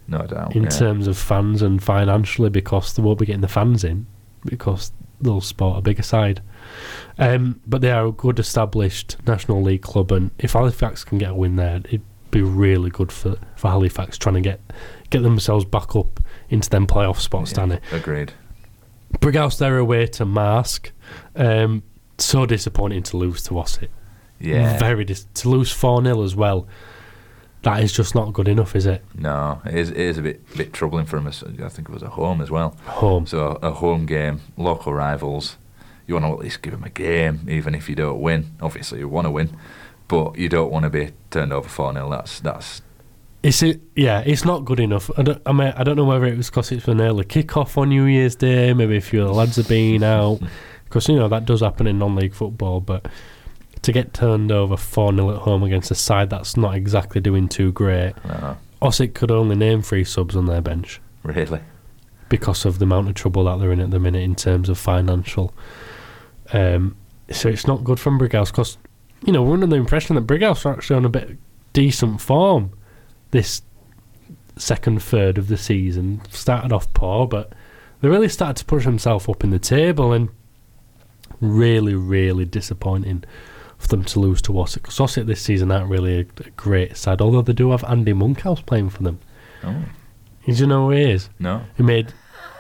Speaker 3: no doubt.
Speaker 1: in
Speaker 3: yeah.
Speaker 1: terms of fans and financially because they won't be getting the fans in because they'll support a bigger side. Um, but they are a good established National League club, and if Halifax can get a win there, it'd be really good for, for Halifax trying to get get themselves back up into them playoff spots,
Speaker 3: Yeah,
Speaker 1: Danny.
Speaker 3: Agreed.
Speaker 1: Brighouse, they're away to Mask. Um, so disappointing to lose to Wassett.
Speaker 3: Yeah.
Speaker 1: Very dis- to lose 4 0 as well. That is just not good enough, is it?
Speaker 3: no, it is, it is a bit bit troubling for him. as- I think it was a home as well.
Speaker 1: Home.
Speaker 3: So a home game, local rivals. You want to at least give them a game, even if you don't win. Obviously, you want to win, but you don't want to be turned over four 0 That's that's
Speaker 1: It's it, yeah, it's not good enough. I don't, I, mean, I don't know whether it was because it's an early kick-off on New Year's Day, maybe a few of the lads have been out, because, you know, that does happen in non-league football, but to get turned over 4-0 at home against a side that's not exactly doing too great,
Speaker 3: no,
Speaker 1: Ossick could only name three subs on their bench.
Speaker 3: really
Speaker 1: because of the amount of trouble that they're in at the minute in terms of financial. Um, so it's not good from Brighouse because, you know, we're under the impression that Brighouse are actually on a bit of decent form this second third of the season. Started off poor, but they really started to push themselves up in the table and really, really disappointing for them to lose to Wasset because Wasset this season aren't really a, a great side, although they do have Andy Monkhouse playing for them.
Speaker 3: Oh.
Speaker 1: Do you know who he is?
Speaker 3: no.
Speaker 1: He made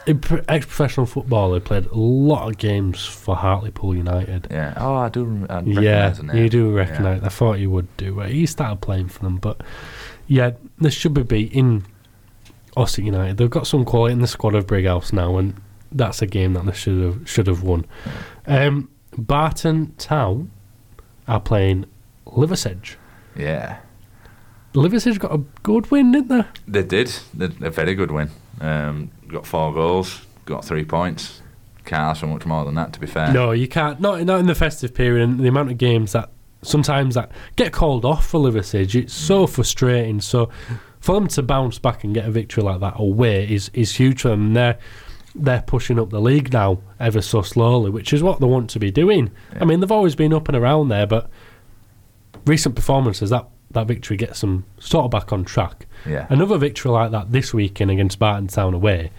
Speaker 1: ex professional footballer. He played a lot of games for Hartlepool United.
Speaker 3: Yeah. Oh, I do. rem- I
Speaker 1: Yeah,
Speaker 3: recognise the name.
Speaker 1: you do
Speaker 3: Yeah.
Speaker 1: recognise. I thought you would do. He started playing for them, but yeah, this should be beating Ossett United. They've got some quality in the squad of Brighouse now, and that's a game that they should have should have won. Um, Barton Town are playing Liversedge.
Speaker 3: Yeah.
Speaker 1: Liverpool has got a good win, didn't they?
Speaker 3: They did. They- A very good win. Um, got four goals, got three points. Can't ask for much more than that, to be fair.
Speaker 1: No, you can't. Not not in the festive period and the amount of games that sometimes that get called off for Liverpool. It's so
Speaker 3: Mm.
Speaker 1: frustrating. So for them to bounce back and get a victory like that away is is huge for them. And They're they're pushing up the league now ever so slowly, which is what they want to be doing. I mean, they've always been up and around there, but recent performances that that victory gets them sort of back on track.
Speaker 3: Yeah.
Speaker 1: Another victory like that this weekend against Barton Town away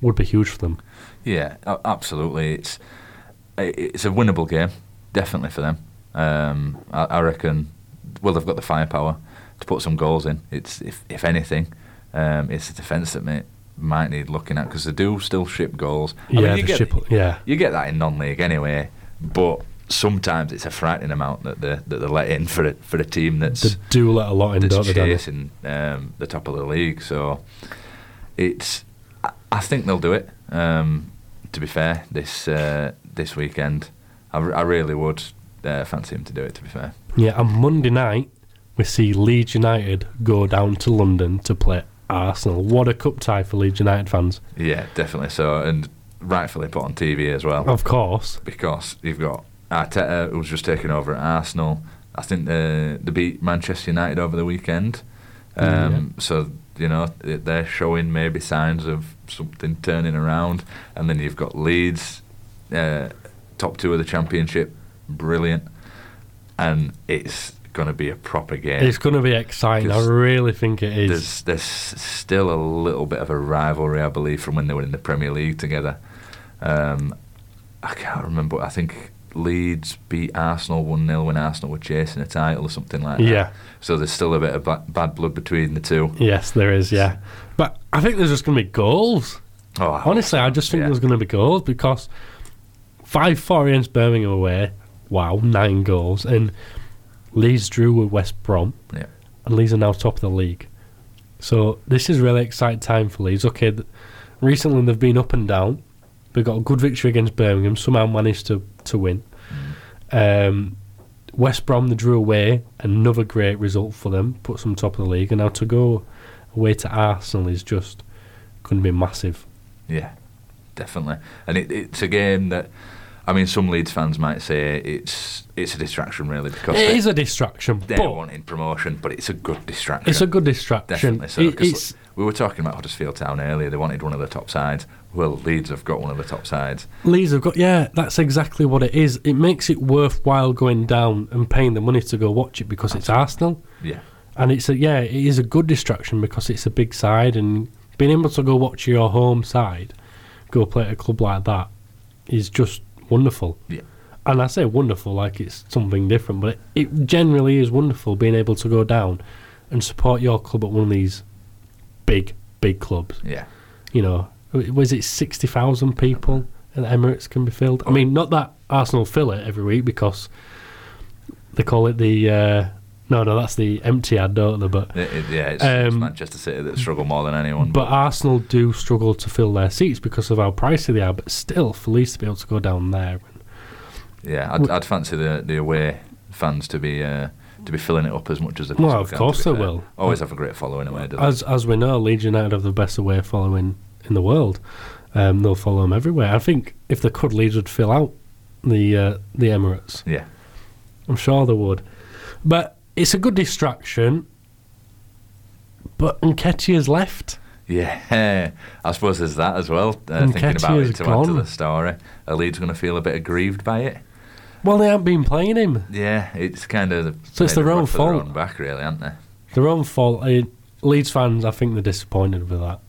Speaker 1: would be huge for them.
Speaker 3: Yeah, a- absolutely. It's i- it's a winnable game, definitely for them. Um, I, I reckon. Well, they've got the firepower to put some goals in. It's if if anything, um, it's the defence that may, might need looking at because they do still ship goals. I mean,
Speaker 1: yeah,
Speaker 3: you
Speaker 1: the
Speaker 3: get-
Speaker 1: ship. Yeah.
Speaker 3: you get that in non-league anyway, but sometimes it's a frightening amount that they that they let in for a, for a team
Speaker 1: They
Speaker 3: that's
Speaker 1: do let a lot in, don't
Speaker 3: that's
Speaker 1: they, Danny?
Speaker 3: chasing um, the top of the league. So it's I, I think they'll do it. Um, to be fair, this uh, this weekend, I, re- I really would uh, fancy him to do it. To be fair,
Speaker 1: Yeah, and Monday night, we see Leeds United go down to London to play Arsenal. What a cup tie for Leeds United fans.
Speaker 3: yeah, definitely. So and rightfully put on TV as well.
Speaker 1: Of course.
Speaker 3: because you've got Arteta who's just taken over at Arsenal. I think uh, they beat Manchester United over the weekend. Um, So you know th- they're showing maybe signs of something turning around, and then you've got Leeds, uh, top two of the Championship, brilliant, and it's going to be a proper game.
Speaker 1: It's going to be exciting. I
Speaker 3: Because
Speaker 1: really think it is.
Speaker 3: there's there's still a little bit of a rivalry, I believe, from when they were in the Premier League together. Um, I can't remember. I think Leeds beat Arsenal one 0 when Arsenal were chasing a title or something like that.
Speaker 1: Yeah.
Speaker 3: So there's still a bit of ba- bad blood between the two.
Speaker 1: Yes, there is, yeah. But I think there's just going to be goals.
Speaker 3: Oh, I hope
Speaker 1: Honestly, I
Speaker 3: so,
Speaker 1: just think
Speaker 3: yeah.
Speaker 1: there's going to be goals because 5 4 against Birmingham away. Wow, nine goals. And Leeds drew with West Brom.
Speaker 3: Yeah.
Speaker 1: and Leeds are now top of the league. So this is really exciting time for Leeds. Okay, th- recently they've been up and down. They got a good victory against Birmingham, somehow managed to to win.
Speaker 3: Mm.
Speaker 1: Um, West Brom they drew away, another great result for them, puts them top of the league, and now to go away to Arsenal is just going to be massive.
Speaker 3: Yeah, definitely. And it, it's a game that, I mean, some Leeds fans might say it's it's a distraction really because
Speaker 1: It
Speaker 3: they,
Speaker 1: is a distraction,
Speaker 3: they're
Speaker 1: but
Speaker 3: wanting promotion, but it's a good distraction.
Speaker 1: it's a good distraction.
Speaker 3: Definitely so.
Speaker 1: It-
Speaker 3: 'cause
Speaker 1: it's-
Speaker 3: we were talking about Huddersfield Town earlier. They wanted one of the top sides. Well, Leeds have got one of the top sides.
Speaker 1: Leeds have got yeah, that's exactly what it is. It makes it worthwhile going down and paying the money to go watch it because it's Arsenal,
Speaker 3: Yeah,
Speaker 1: and it's a yeah, it is a good distraction because it's a big side and being able to go watch your home side, go play at a club like that, is just wonderful.
Speaker 3: yeah,
Speaker 1: And I say wonderful like it's something different, but it, it generally is wonderful being able to go down and support your club at one of these big big clubs
Speaker 3: yeah.
Speaker 1: you know, was it 60,000 people at the Emirates can be filled? I mean, not that Arsenal fill it every week because they call it the. Uh, no, no, that's the empty ad, don't they? But,
Speaker 3: It- it- yeah, it's, it's
Speaker 1: Um,
Speaker 3: Manchester City that struggle more than anyone.
Speaker 1: but Arsenal do struggle to fill their seats because of how pricey they are, but still, for Leeds to be able to go down there.
Speaker 3: yeah, I'd, I'd fancy the the away fans to be uh, to be filling it up as much as they
Speaker 1: Well,
Speaker 3: possibly
Speaker 1: of
Speaker 3: can,
Speaker 1: course
Speaker 3: to be
Speaker 1: they
Speaker 3: fair.
Speaker 1: will.
Speaker 3: Always have a great following away, doesn't
Speaker 1: As as we know, Leeds United have the best away following in the world. Um, they'll follow them everywhere. I think if they could, Leeds would fill out the uh, the Emirates.
Speaker 3: it? Yeah,
Speaker 1: I'm sure they would. But it's a good distraction. But Nketiah's left.
Speaker 3: yeah. I suppose there's that as well. Uh,
Speaker 1: And
Speaker 3: thinking about
Speaker 1: Nketiah's
Speaker 3: it to add to
Speaker 1: gone.
Speaker 3: the story, are Leeds going to feel a bit aggrieved by it?
Speaker 1: Well, they haven't been playing him.
Speaker 3: Yeah, it's kind of
Speaker 1: So it's
Speaker 3: made
Speaker 1: their
Speaker 3: them
Speaker 1: own
Speaker 3: work for their
Speaker 1: fault.
Speaker 3: own back, really, aren't they?
Speaker 1: Their own fault. I, Leeds fans, I think they're disappointed with that.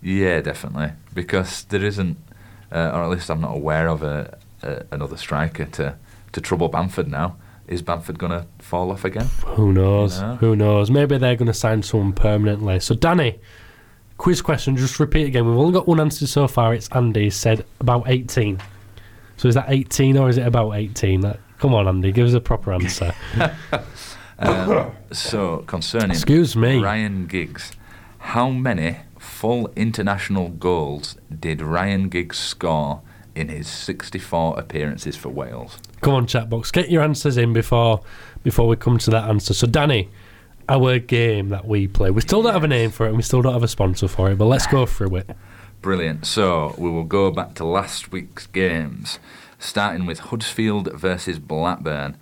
Speaker 3: Yeah, definitely. Because there isn't, uh, or at least I'm not aware of a, a another striker to to trouble Bamford now. Is Bamford going to fall off again?
Speaker 1: Who knows?
Speaker 3: No.
Speaker 1: Who knows? Maybe they're going to sign someone permanently. So, Danny, quiz question. Just repeat again. We've only got one answer so far. It's Andy said about 18. So, is that 18 or is it about 18? That, come on, Andy. Give us a proper answer.
Speaker 3: So concerning
Speaker 1: Excuse me.
Speaker 3: Ryan Giggs, how many full international goals did Ryan Giggs score in his 64 appearances for Wales?
Speaker 1: Come on, chat box. Get your answers in before before we come to that answer. So, Danny, our game that we play. We still don't have a name for it, and we still don't have a sponsor for it. But let's go through it.
Speaker 3: Brilliant. So we will go back to last week's games, starting with Huddersfield versus Blackburn.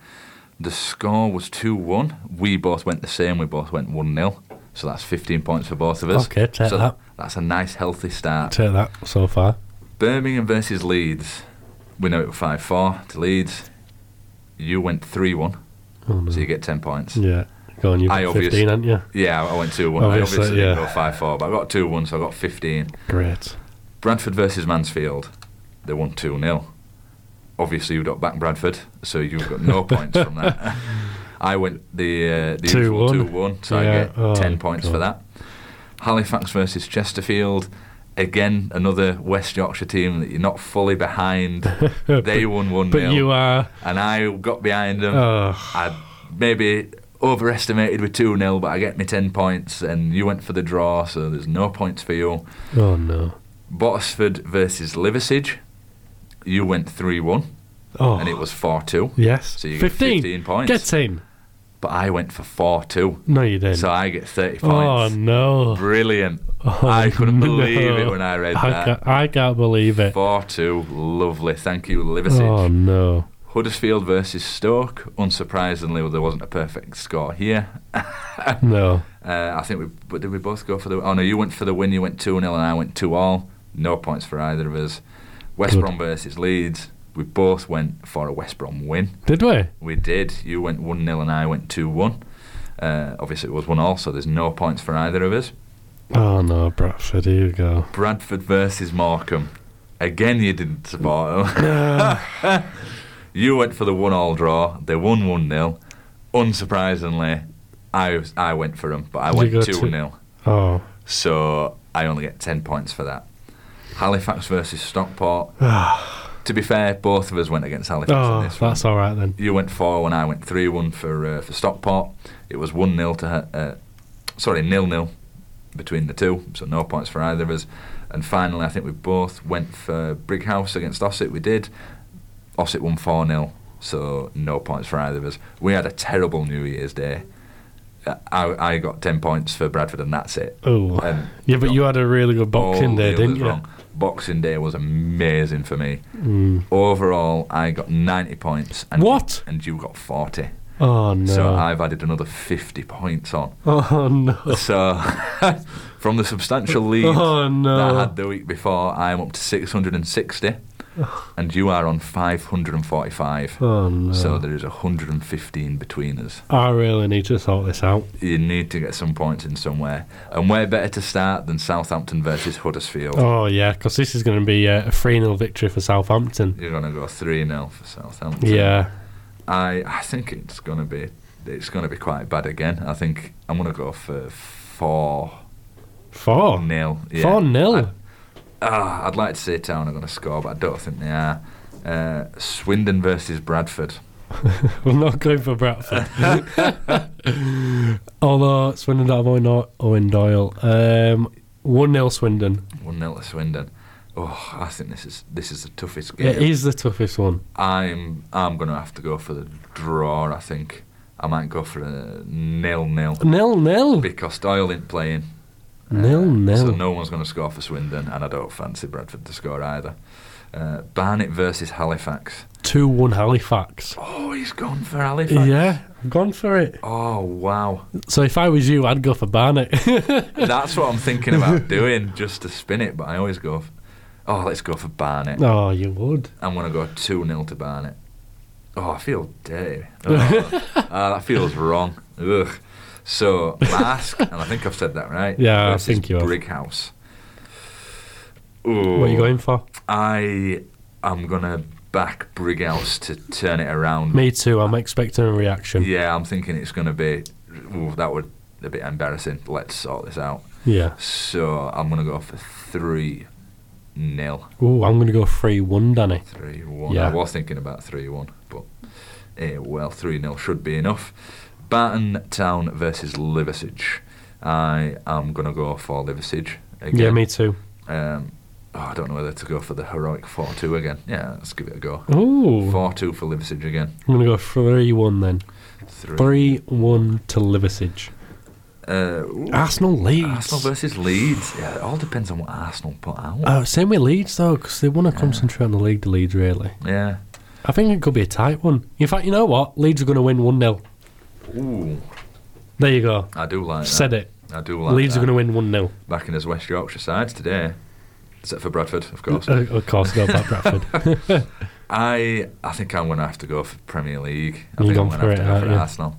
Speaker 3: The score was 2 1. We both went the same, we both went 1 0. So that's 15 points for both of us.
Speaker 1: Okay, take
Speaker 3: so
Speaker 1: that.
Speaker 3: That's a nice, healthy start.
Speaker 1: Take that so far.
Speaker 3: Birmingham versus Leeds. We know it was 5 4 to Leeds. You went 3 1,
Speaker 1: Oh, no.
Speaker 3: so you get 10 points.
Speaker 1: Yeah, go on. You've
Speaker 3: I
Speaker 1: got
Speaker 3: obvious-
Speaker 1: fifteen, haven't you?
Speaker 3: Yeah, I I went 2 1. I
Speaker 1: Obviously,
Speaker 3: obviously didn't
Speaker 1: yeah.
Speaker 3: go 5 4, but I got 2 1, so I got 15.
Speaker 1: Great.
Speaker 3: Bradford versus Mansfield. They won 2 0. Obviously, you got back Bradford, so you've got no points from that. I went the, uh, the usual
Speaker 1: 2-1.
Speaker 3: 2 1, so I
Speaker 1: Yeah,
Speaker 3: get
Speaker 1: oh,
Speaker 3: 10 points for
Speaker 1: God.
Speaker 3: that. Halifax versus Chesterfield. Again, another West Yorkshire team that you're not fully behind. they won 1
Speaker 1: But
Speaker 3: 0.
Speaker 1: you are.
Speaker 3: and I got behind them.
Speaker 1: Oh,
Speaker 3: I maybe overestimated with 2 0, but I get me 10 points, and you went for the draw, so there's no points for you.
Speaker 1: oh no.
Speaker 3: Botsford versus Liversidge. You went 3 1,
Speaker 1: Oh,
Speaker 3: and it was 4 2.
Speaker 1: yes.
Speaker 3: So you get 15, points.
Speaker 1: Get in.
Speaker 3: But I went for 4 2,
Speaker 1: No, you didn't.
Speaker 3: so I get 30
Speaker 1: oh
Speaker 3: points.
Speaker 1: no.
Speaker 3: Brilliant.
Speaker 1: Oh,
Speaker 3: I couldn't
Speaker 1: no.
Speaker 3: believe it when I read
Speaker 1: I
Speaker 3: that.
Speaker 1: can't, I can't believe it.
Speaker 3: 4 2, lovely. Thank you,
Speaker 1: Oh
Speaker 3: Liversidge.
Speaker 1: no.
Speaker 3: Huddersfield versus Stoke. Unsurprisingly, there wasn't a perfect score here.
Speaker 1: No.
Speaker 3: Uh, I think we but did we both go for the oh no you went for the win you went 2 0 and I went 2 all no points for either of us West
Speaker 1: Good.
Speaker 3: Brom versus Leeds we both went for a West Brom win
Speaker 1: Did we?
Speaker 3: we did you went 1 0 and I went 2 1 uh, obviously it was 1 all so there's no points for either of us
Speaker 1: Oh no, Bradford, here you go.
Speaker 3: Bradford versus Morecambe again you didn't support them you went for the 1 all draw they won 1 0 unsurprisingly I, was- I went for them but I
Speaker 1: You
Speaker 3: went
Speaker 1: got
Speaker 3: 2
Speaker 1: two.
Speaker 3: 0
Speaker 1: Oh.
Speaker 3: So I only get 10 points for that. Halifax versus Stockport.
Speaker 1: Ah.
Speaker 3: to be fair, both of us went against Halifax in
Speaker 1: Oh,
Speaker 3: this one.
Speaker 1: that's all right then.
Speaker 3: You went 4 1, I went 3 1 for, uh, for Stockport. It was 1 0 to. Ha- Uh, sorry, nil nil between the two, so no points for either of us. And finally, I think we both went for Brighouse against Ossett. We did. Ossett won 4 0, so no points for either of us. We had a terrible New Year's Day. Uh, I, I got 10 points for Bradford, and that's it.
Speaker 1: Oh.
Speaker 3: Um,
Speaker 1: yeah, but you had a really good boxing
Speaker 3: all
Speaker 1: day,
Speaker 3: the
Speaker 1: didn't
Speaker 3: others
Speaker 1: you?
Speaker 3: Oh, wrong. Boxing Day was amazing for me. Overall, I got 90 points. And
Speaker 1: Mm. What?
Speaker 3: and you got 40.
Speaker 1: Oh no.
Speaker 3: So uh, I've added another 50 points on.
Speaker 1: oh no.
Speaker 3: So from the substantial lead
Speaker 1: Oh, no.
Speaker 3: that I had the week before, I'm up to 660. And you are on 545.
Speaker 1: Oh no.
Speaker 3: So there is 115 between us.
Speaker 1: I really need to sort this out.
Speaker 3: You need to get some points in somewhere. And where better to start than Southampton versus Huddersfield?
Speaker 1: Oh yeah, because this is going to be uh, a 3 0 victory for Southampton.
Speaker 3: You're going to go 3 0 for Southampton.
Speaker 1: Yeah.
Speaker 3: I I think it's gonna be it's gonna be quite bad again. I think I'm gonna go for four
Speaker 1: Four.
Speaker 3: nil. Mm, Yeah.
Speaker 1: Four nil.
Speaker 3: Ah, I'd like to say Town are gonna score, but I don't think they are. Uh, Swindon versus Bradford.
Speaker 1: We're not going for Bradford. Although Swindon don't have Owen, Doyle- Owen Doyle. Um, 1 0 Swindon.
Speaker 3: One 0 to Swindon. Oh, I think this is this is the toughest
Speaker 1: It
Speaker 3: game.
Speaker 1: is the toughest one.
Speaker 3: I'm I'm gonna have to go for the draw. I think I might go for a nil nil
Speaker 1: Nil nil.
Speaker 3: because Doyle ain't playing.
Speaker 1: Nil
Speaker 3: uh, So
Speaker 1: nil.
Speaker 3: no one's going to score for Swindon, and I don't fancy Bradford to score either. Uh, Barnet versus Halifax.
Speaker 1: 2 1 Halifax.
Speaker 3: Oh, he's gone for Halifax.
Speaker 1: Yeah, I've gone for it.
Speaker 3: Oh, wow.
Speaker 1: So if I was you, I'd go for Barnet.
Speaker 3: That's what I'm thinking about doing just to spin it, but I always go. f oh, let's go for Barnet.
Speaker 1: oh, you would.
Speaker 3: I'm going to go 2 0 to Barnet. Oh, I feel dirty. Oh, ah, that feels wrong. Ugh. So, Mask, and I think I've said that right.
Speaker 1: Yeah, I
Speaker 3: versus
Speaker 1: think you have.
Speaker 3: Brighouse.
Speaker 1: What are
Speaker 3: Ooh.
Speaker 1: you going for?
Speaker 3: I am gonna back Brighouse to turn it around.
Speaker 1: Me too. I'm expecting a reaction. Yeah.
Speaker 3: Yeah, I'm thinking it's gonna be. Ooh, that would a bit embarrassing. Let's sort this out. So I'm gonna go for three nil,
Speaker 1: Ooh, I'm going to go 3 1, Danny.
Speaker 3: three one.
Speaker 1: Yeah.
Speaker 3: I was thinking about three one, but eh, well, three nil should be enough. Barton Town versus Liversidge. I am gonna go for Liversidge again.
Speaker 1: Yeah, me too.
Speaker 3: Um, oh, I don't know whether to go for the heroic four two again. Yeah, let's give it a go.
Speaker 1: Ooh.
Speaker 3: Four two for Liversidge again.
Speaker 1: I'm going to go 3 1 then. 3
Speaker 3: Three.
Speaker 1: 1 to Liversidge.
Speaker 3: Uh, ooh,
Speaker 1: Arsenal Leeds.
Speaker 3: Arsenal versus Leeds. Yeah, it all depends on what Arsenal put out.
Speaker 1: Uh, same with Leeds though, because they want to concentrate on the league. The Leeds really.
Speaker 3: yeah.
Speaker 1: I think it could be a tight one. In fact, you know what? Leeds are going to win one 0
Speaker 3: Ooh,
Speaker 1: There you go.
Speaker 3: I do like that.
Speaker 1: Said it.
Speaker 3: I do like
Speaker 1: Leeds
Speaker 3: that.
Speaker 1: are going to win one 0
Speaker 3: Back in his West Yorkshire sides today, except for Bradford, of course.
Speaker 1: uh, Of course, go back Bradford.
Speaker 3: I I think I'm going to have to go for Premier League. I
Speaker 1: You're
Speaker 3: think I'm
Speaker 1: going
Speaker 3: gonna
Speaker 1: for it,
Speaker 3: have to go for
Speaker 1: aren't
Speaker 3: Arsenal.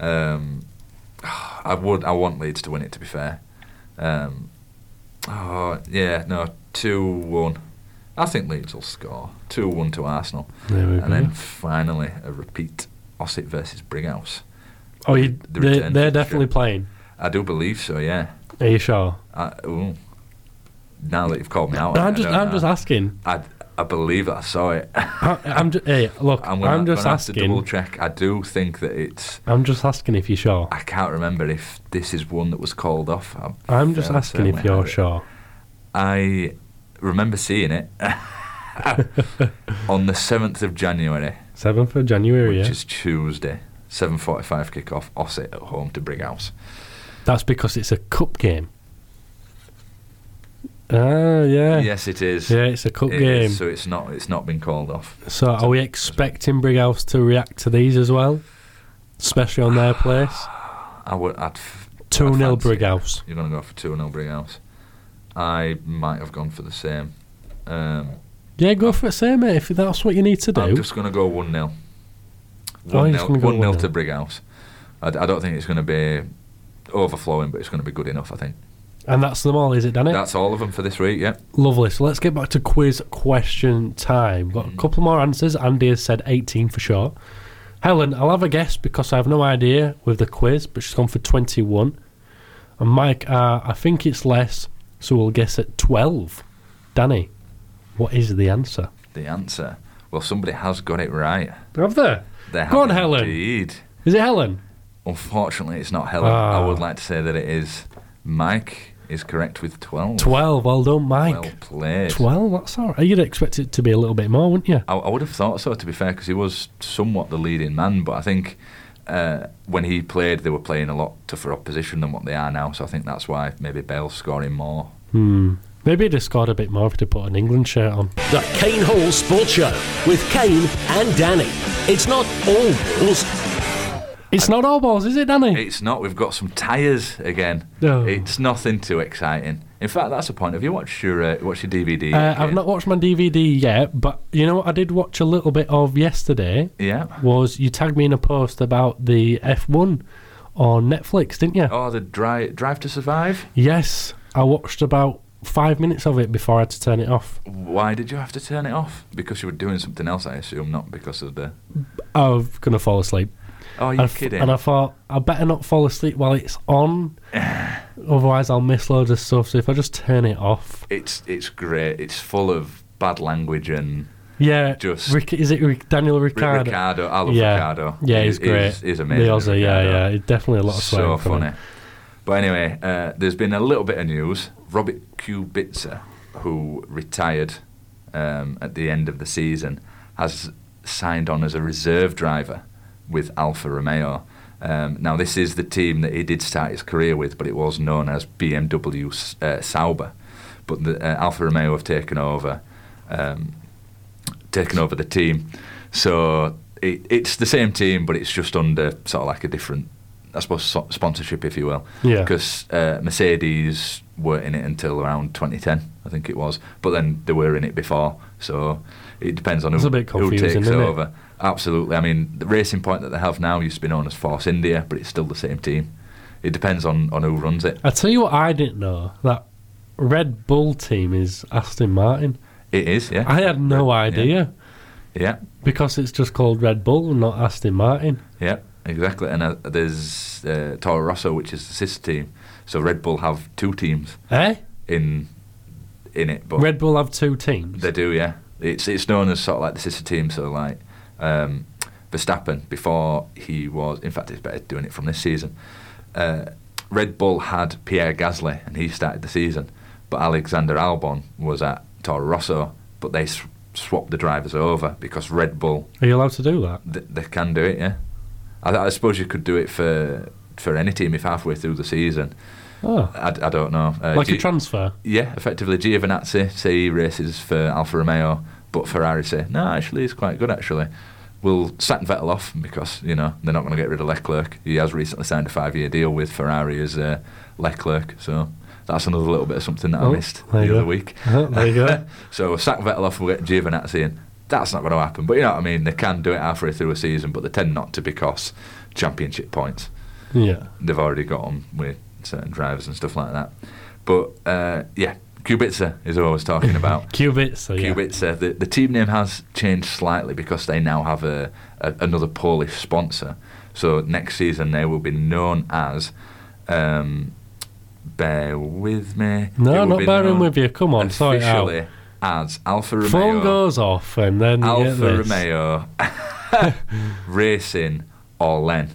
Speaker 3: Um, I would. I want Leeds to win it. To be fair. Um, oh yeah, no, two one. I think Leeds will score two one to Arsenal,
Speaker 1: There we
Speaker 3: and then
Speaker 1: go.
Speaker 3: finally a repeat. Ossett versus Brighouse.
Speaker 1: Oh, you,
Speaker 3: the
Speaker 1: they,
Speaker 3: return
Speaker 1: they're
Speaker 3: fixture.
Speaker 1: definitely playing.
Speaker 3: I do believe so. Yeah.
Speaker 1: Are you sure?
Speaker 3: I, ooh. Now that you've called me out, on
Speaker 1: I'm
Speaker 3: it,
Speaker 1: just,
Speaker 3: Oh, I, don't
Speaker 1: I'm
Speaker 3: know.
Speaker 1: just asking.
Speaker 3: I, I believe I saw it.
Speaker 1: I, I'm just, hey, look,
Speaker 3: I'm
Speaker 1: I'm,
Speaker 3: gonna,
Speaker 1: just
Speaker 3: gonna have to double
Speaker 1: asking.
Speaker 3: check. I do think that it's.
Speaker 1: I'm just asking if you're sure.
Speaker 3: I can't remember if this is one that was called off. I'm,
Speaker 1: I'm just
Speaker 3: fairly
Speaker 1: asking if
Speaker 3: certain I
Speaker 1: you're
Speaker 3: had it.
Speaker 1: sure.
Speaker 3: I remember seeing it on the seventh of January,
Speaker 1: Seventh of January.
Speaker 3: which
Speaker 1: Oh, Yeah.
Speaker 3: is Tuesday. Seven forty-five kick-off. Osset at home to Brighouse.
Speaker 1: That's because it's a cup game. Ah, yeah. Yeah,
Speaker 3: Yes, it is.
Speaker 1: it's a cup
Speaker 3: It
Speaker 1: game.
Speaker 3: is, so it's not. It's not been called off.
Speaker 1: So are we expecting Brighouse to react to these as well? Especially on their place?
Speaker 3: I would. I'd. F- I'd
Speaker 1: 2 0
Speaker 3: fancy it.
Speaker 1: Brighouse.
Speaker 3: You're gonna go for two 0 Brighouse. I might have gone for the same. Um,
Speaker 1: Yeah, go for it, say, mate, if that's what you need to do.
Speaker 3: I'm just going to go 1 0.
Speaker 1: Oh,
Speaker 3: 1
Speaker 1: you're just
Speaker 3: 0
Speaker 1: gonna go
Speaker 3: 1 0
Speaker 1: 1-0.
Speaker 3: to Brighouse. I, d- I don't think it's going to be overflowing, but it's going to be good enough, I think.
Speaker 1: And that's them all, is it, Danny?
Speaker 3: That's all of them for this week, yeah.
Speaker 1: Lovely. So let's get back to quiz question time. Got a couple more answers. Andy has said 18 for sure. Helen, I'll have a guess because I have no idea with the quiz, but she's gone for 21. And Mike, uh, I think it's less, so we'll guess at 12. Danny, what is the answer?
Speaker 3: The answer. Well, somebody has got it right.
Speaker 1: Have there?
Speaker 3: They
Speaker 1: Go on,
Speaker 3: have
Speaker 1: Helen.
Speaker 3: Indeed.
Speaker 1: Is it Helen?
Speaker 3: Unfortunately, it's not Helen.
Speaker 1: Ah.
Speaker 3: I would like to say that it is. Mike is correct with 12.
Speaker 1: 12. Well done, Mike.
Speaker 3: Well played.
Speaker 1: 12, that's all right. You'd expect it to be a little bit more, wouldn't you?
Speaker 3: I, I would have thought so, to be fair, because he was somewhat the leading man. But I think uh, when he played, they were playing a lot tougher opposition than what they are now. So I think that's why maybe Bell's scoring more.
Speaker 1: Hmm. Maybe he'd have scored a bit more if he'd have put an England shirt on.
Speaker 4: The Kane Hall Sports Show with Kane and Danny. It's not all Bulls.
Speaker 1: It's not all balls, is it, Danny?
Speaker 3: It's not. We've got some tyres again.
Speaker 1: No.
Speaker 3: It's nothing too exciting. In fact, that's the point. Have you watched your uh, watched your DVD?
Speaker 1: Uh, I've
Speaker 3: Ian?
Speaker 1: not watched my DVD yet, but you know what I did watch a little bit of yesterday
Speaker 3: Yeah.
Speaker 1: was you tagged me in a post about the F1 on Netflix, didn't you?
Speaker 3: Oh, the drive Drive to Survive.
Speaker 1: Yes, I watched about five minutes of it before I had to turn it off.
Speaker 3: Why did you have to turn it off? Because you were doing something else, I assume, not because of the.
Speaker 1: I was going to fall asleep.
Speaker 3: Oh,
Speaker 1: And I
Speaker 3: you're
Speaker 1: f-
Speaker 3: kidding.
Speaker 1: And I thought, I better not fall asleep while it's on, otherwise I'll miss loads of stuff. So if I just turn it off,
Speaker 3: It's it's great. It's full of bad language and
Speaker 1: yeah.
Speaker 3: Just-
Speaker 1: Rick, is it Ric- Daniel
Speaker 3: Ricardo.
Speaker 1: Ricciardo?
Speaker 3: Ricardo. I love
Speaker 1: yeah,
Speaker 3: Ricardo.
Speaker 1: yeah, he's great.
Speaker 3: He's, amazing.
Speaker 1: The Aussie, yeah,
Speaker 3: Ricardo.
Speaker 1: yeah, definitely a lot of
Speaker 3: So
Speaker 1: swearing from him.
Speaker 3: funny. But anyway, uh, there's been a little bit of news. Robert Kubica, who retired um, at the end of the season, has signed on as a reserve driver with Alfa Romeo. Um, now, this is the team that he did start his career with, but it was known as BMW S- uh, Sauber. But the, uh, Alfa Romeo have taken over. Um, taken over the team. So it, it's the same team, but it's just under sort of like a different, I suppose, so- sponsorship, if you will.
Speaker 1: Yeah.
Speaker 3: Because uh, Mercedes were in it until around 2010, I think it was. But then they were in it before. So it depends on
Speaker 1: It's
Speaker 3: who,
Speaker 1: a bit
Speaker 3: who
Speaker 1: confusing,
Speaker 3: takes
Speaker 1: isn't it?
Speaker 3: over. Absolutely. I mean, the racing point that they have now used to be known as Force India, but it's still the same team. It depends on, on who runs it.
Speaker 1: I tell you what, I didn't know that Red Bull team is Aston Martin.
Speaker 3: It is, yeah.
Speaker 1: I had no
Speaker 3: Yeah.
Speaker 1: idea
Speaker 3: Yeah.
Speaker 1: because it's just called Red Bull, and not Aston Martin.
Speaker 3: Yeah, exactly. And uh, there's uh, Toro Rosso, which is the sister team. So Red Bull have two teams
Speaker 1: Eh?
Speaker 3: in in it, but
Speaker 1: Red Bull have two teams.
Speaker 3: they do. Yeah, it's it's known as sort of like the sister team. So like um, Verstappen, before he was, in fact, it's better doing it from this season. Uh, Red Bull had Pierre Gasly, and he started the season, but Alexander Albon was at Toro Rosso, but they sw- swapped the drivers over because Red Bull
Speaker 1: Are you allowed to do that?
Speaker 3: Th- they can do it, yeah. I, I suppose you could do it for for any team if halfway through the season.
Speaker 1: Oh,
Speaker 3: I, I don't know. Uh,
Speaker 1: like
Speaker 3: G-
Speaker 1: a transfer.
Speaker 3: yeah, effectively Giovinazzi say he races for Alfa Romeo, but Ferrari say no, actually he's quite good actually. We'll sack Vettel off because you know they're not going to get rid of Leclerc. He has recently signed a five-year deal with Ferrari as uh, Leclerc, so that's another little bit of something that
Speaker 1: Oh,
Speaker 3: I missed the
Speaker 1: there you
Speaker 3: other
Speaker 1: go.
Speaker 3: week.
Speaker 1: Uh-huh, there you go.
Speaker 3: so we'll sack Vettel off, we'll get Giovinazzi in. That's not going to happen, but you know what I mean. They can do it halfway through a season, but they tend not to because championship points
Speaker 1: yeah.
Speaker 3: they've already got on with certain drivers and stuff like that. But uh, yeah, Kubica is who I was talking about.
Speaker 1: Cubits. So yeah.
Speaker 3: Kubica, the, the team name has changed slightly because they now have a, a another Polish sponsor. So next season they will be known as. Um, bear with me.
Speaker 1: No,
Speaker 3: It will
Speaker 1: not
Speaker 3: be
Speaker 1: bearing
Speaker 3: known
Speaker 1: with you. Come on, sort it out.
Speaker 3: officially as Alfa Romeo.
Speaker 1: Phone goes off and then you get
Speaker 3: Alfa
Speaker 1: this.
Speaker 3: Romeo Racing Orlen.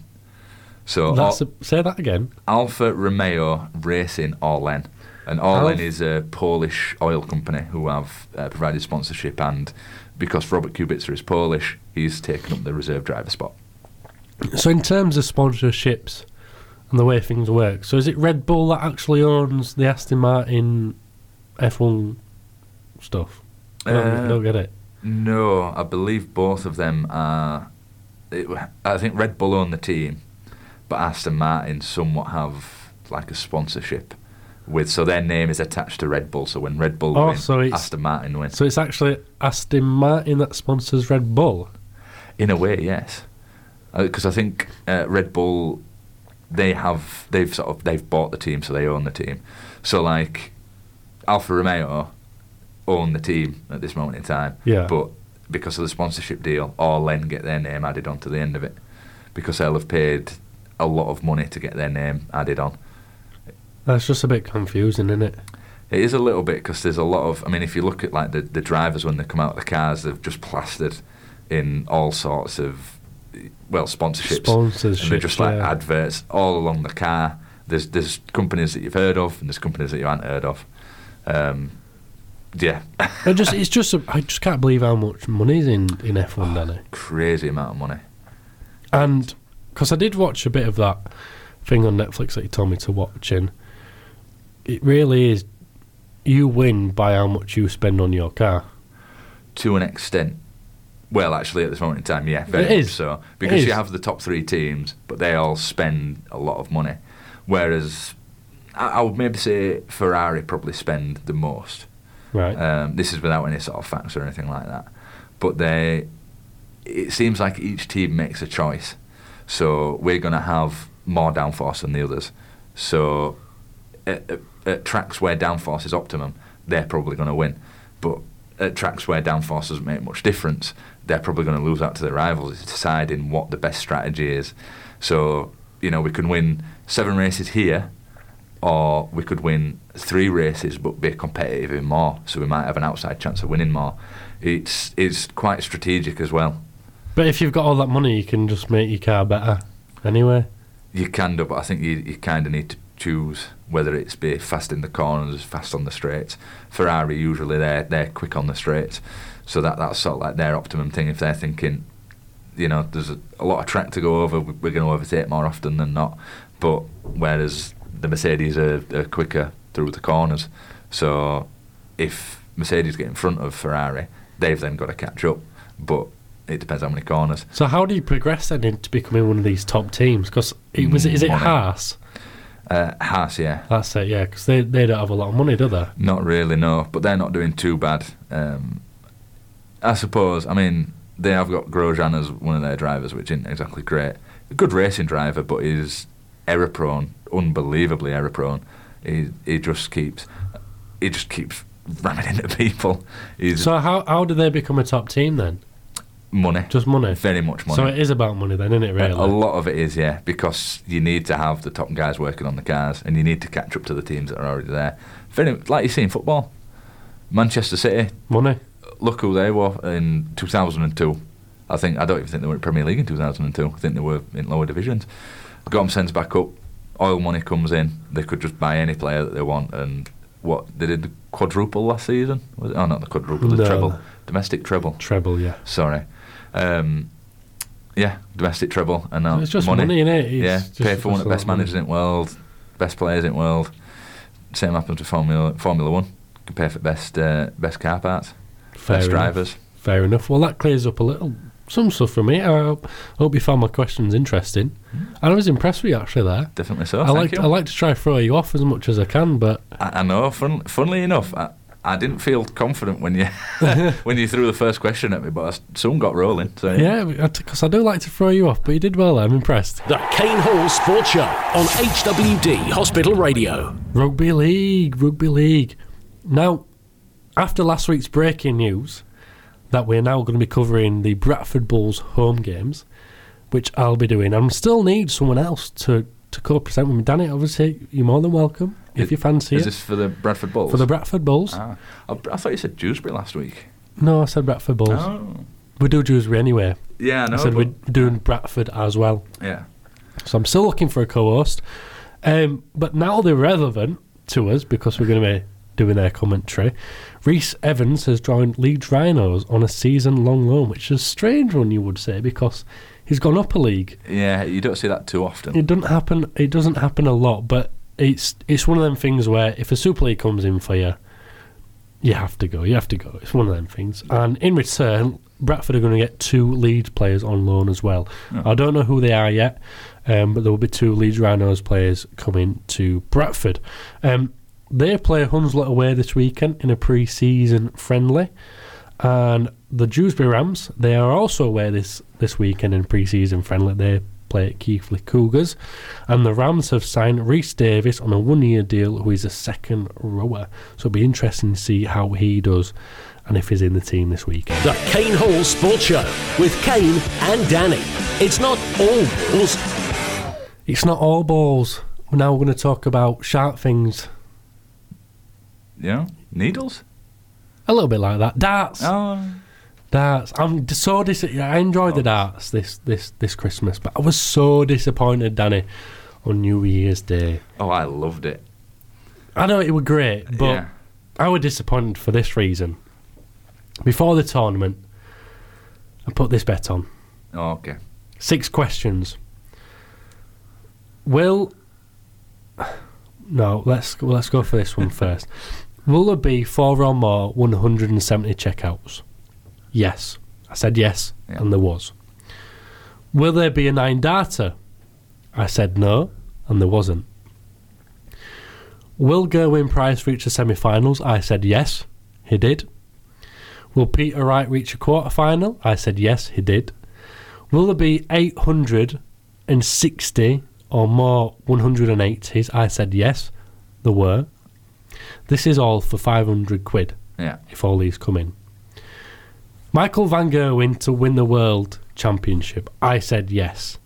Speaker 3: So
Speaker 1: That's
Speaker 3: Or-
Speaker 1: a, say that again.
Speaker 3: Alfa Romeo Racing Orlen. And Orlen is a Polish oil company who have uh, provided sponsorship, and because Robert Kubica is Polish, he's taken up the reserve driver spot.
Speaker 1: So in terms of sponsorships and the way things work, so is it Red Bull that actually owns the Aston Martin F1 stuff? I don't, I
Speaker 3: Uh,
Speaker 1: don't get it.
Speaker 3: No, I believe both of them are. It, w- I think Red Bull own the team, but Aston Martin somewhat have like a sponsorship with, so their name is attached to Red Bull. So when Red Bull
Speaker 1: Oh,
Speaker 3: win,
Speaker 1: so it's-
Speaker 3: Aston Martin wins.
Speaker 1: So it's actually Aston Martin that sponsors Red Bull.
Speaker 3: In a way, yes, because I think uh, Red Bull, they have they've sort of they've bought the team, so they own the team. So like, Alfa Romeo own the team at this moment in time.
Speaker 1: Yeah.
Speaker 3: But because of the sponsorship deal, Orlen get their name added onto the end of it, because they'll have paid a lot of money to get their name added on.
Speaker 1: That's just a bit confusing, isn't it?
Speaker 3: It is a little bit because there's a lot of. I mean, if you look at like the, the drivers when they come out of the cars, they've just plastered in all sorts of well sponsorships, and they're
Speaker 1: Sponsorship,
Speaker 3: just like
Speaker 1: yeah.
Speaker 3: adverts all along the car. There's there's companies that you've heard of and there's companies that you haven't heard of. Um, yeah,
Speaker 1: I just it's just a, I just can't believe how much money's in in F1, Danny.
Speaker 3: crazy amount of money.
Speaker 1: And because I did watch a bit of that thing on Netflix that you told me to watch, and it really is you win by how much you spend on your car.
Speaker 3: to an extent. Well, actually, at this moment in time, yeah, very
Speaker 1: It
Speaker 3: much
Speaker 1: is.
Speaker 3: so because
Speaker 1: is.
Speaker 3: you have the top three teams, but they all spend a lot of money. Whereas, I, I would maybe say Ferrari probably spend the most.
Speaker 1: Right.
Speaker 3: Um, this is without any sort of facts or anything like that. But they, it seems like each team makes a choice. So we're going to have more downforce than the others. So at, at, at tracks where downforce is optimum, they're probably going to win. But at tracks where downforce doesn't make much difference, they're probably going to lose out to their rivals. It's deciding what the best strategy is. So, you know, we can win seven races here, or we could win three races but be competitive in more, so we might have an outside chance of winning more. It's it's quite strategic as well.
Speaker 1: but if you've got all that money, you can just make your car better anyway.
Speaker 3: You can do, but I think you, you kind of need to choose whether it's be fast in the corners, fast on the straights. Ferrari usually they're they're quick on the straights, so that that's sort of like their optimum thing. If they're thinking, you know, there's a, a lot of track to go over, we- we're going to overtake more often than not. But whereas the Mercedes are, are quicker through the corners, so if Mercedes get in front of Ferrari, they've then got to catch up. But it depends how many corners.
Speaker 1: So how do you progress then into becoming one of these top teams? Because it was is it
Speaker 3: Mm, Money.
Speaker 1: Haas?
Speaker 3: Uh, Haas, yeah,
Speaker 1: That's it, yeah. Because they they don't have a lot of money, do they?
Speaker 3: Not really, no. But they're not doing too bad. Um, I suppose. I mean, they have got Grosjean as one of their drivers, which isn't exactly great. A good racing driver, but he's error prone, unbelievably error prone. He he just keeps he just keeps ramming into people. He's
Speaker 1: So how how do they become a top team then?
Speaker 3: money,
Speaker 1: Just money.
Speaker 3: very much money.
Speaker 1: So it is about money then, isn't it? Really?
Speaker 3: A lot of it is, yeah, because you need to have the top guys working on the cars, and you need to catch up to the teams that are already there. Very, like you see in football, Manchester City
Speaker 1: money.
Speaker 3: look who they were in 2002. I think I don't even think they were in Premier League in 2002. I think they were in lower divisions. Got them sent back up. Oil money comes in. They could just buy any player that they want. And what they did the quadruple last season? Was it? Oh, not the quadruple, the
Speaker 1: No.
Speaker 3: treble, domestic treble.
Speaker 1: Treble, yeah.
Speaker 3: Sorry. Um, Yeah, domestic treble and uh,
Speaker 1: it's just
Speaker 3: money.
Speaker 1: money, in it. It's
Speaker 3: yeah,
Speaker 1: just
Speaker 3: pay for one of
Speaker 1: just
Speaker 3: the best
Speaker 1: a lot of
Speaker 3: managers in the world, best players in the world. Same happens with Formula Formula One. You can pay for best uh, best car parts,
Speaker 1: money. Fair
Speaker 3: best
Speaker 1: enough.
Speaker 3: drivers.
Speaker 1: Fair enough. Well, that clears up a little some stuff for me. I hope- hope you found my questions interesting. And I was impressed with you actually there.
Speaker 3: Definitely so.
Speaker 1: I
Speaker 3: Mm. thank
Speaker 1: like
Speaker 3: you.
Speaker 1: I like to try and throw you off as much as I can, but
Speaker 3: I, I know. Fun, funnily enough, I, I didn't feel confident when you when you threw the first question at me, but I s- soon got rolling. So
Speaker 1: yeah, because I do like to throw you off. But you did well. there. I'm impressed.
Speaker 4: The Kane Hall Sports Show on HWD Hospital Radio.
Speaker 1: Rugby league, rugby league. Now, after last week's breaking news that we're now going to be covering the Bradford Bulls home games, which I'll be doing, I still need someone else to, to co present with me. Danny, obviously, you're more than welcome if
Speaker 3: Is-
Speaker 1: you fancy
Speaker 3: Is
Speaker 1: it.
Speaker 3: this for the Bradford Bulls?
Speaker 1: For the Bradford Bulls?
Speaker 3: ah, I, I thought you said Dewsbury last week.
Speaker 1: No, I said Bradford Bulls.
Speaker 3: Oh.
Speaker 1: We do Dewsbury anyway.
Speaker 3: Yeah, I know.
Speaker 1: I said
Speaker 3: but-
Speaker 1: we're doing Bradford as well.
Speaker 3: yeah.
Speaker 1: So I'm still looking for a co-host. Um, but now they're relevant to us because we're going to be doing their commentary. Reese Evans has joined Leeds Rhinos on a season-long loan, which is a strange one, you would say, because he's gone up a league.
Speaker 3: Yeah, you don't see that too often.
Speaker 1: It doesn't happen. It doesn't happen a lot, but it's it's one of them things where if a Super League comes in for you, you have to go. You have to go. It's one of them things. And in return, Bradford are going to get two Leeds players on loan as well. I don't know who they are yet, um, but there will be two Leeds Rhinos players coming to Bradford. Um, they play Hunslet away this weekend in a pre-season friendly. And the Dewsbury Rams, they are also away this, this weekend in pre-season friendly. They play at Keighley Cougars. And the Rams have signed Reece Davis on a one-year deal, who is a second rower. So it'll be interesting to see how he does and if he's in the team this weekend.
Speaker 4: The Kane Hall Sports Show with Kane and Danny. It's not all Bulls.
Speaker 1: It's not all balls. Now we're going to talk about sharp things.
Speaker 3: Yeah, needles.
Speaker 1: A little bit like that. Darts.
Speaker 3: Oh,
Speaker 1: Darts. I'm d- so dis- I enjoyed the darts this, this, this Christmas, but I was so disappointed, Danny, on New Year's Day.
Speaker 3: oh, I loved it.
Speaker 1: I know it were great, but
Speaker 3: yeah.
Speaker 1: I were disappointed for this reason. Before the tournament, I put this bet on.
Speaker 3: Oh, okay.
Speaker 1: Six questions. Will no? Let's well, let's go for this one first. Will there be four or more 170 checkouts? Yes, I said yes,
Speaker 3: Yeah.
Speaker 1: and there was. Will there be a nine data? I said no, and there wasn't. Will Gerwin Price reach the semi-finals? I said yes, he did. Will Peter Wright reach a quarter-final? I said yes, he did. Will there be 860 or more 180s? I said yes, there were. This is all for 500 quid
Speaker 3: Yeah.
Speaker 1: if all these come in. Michael Van Gerwen to win the World Championship. I said yes.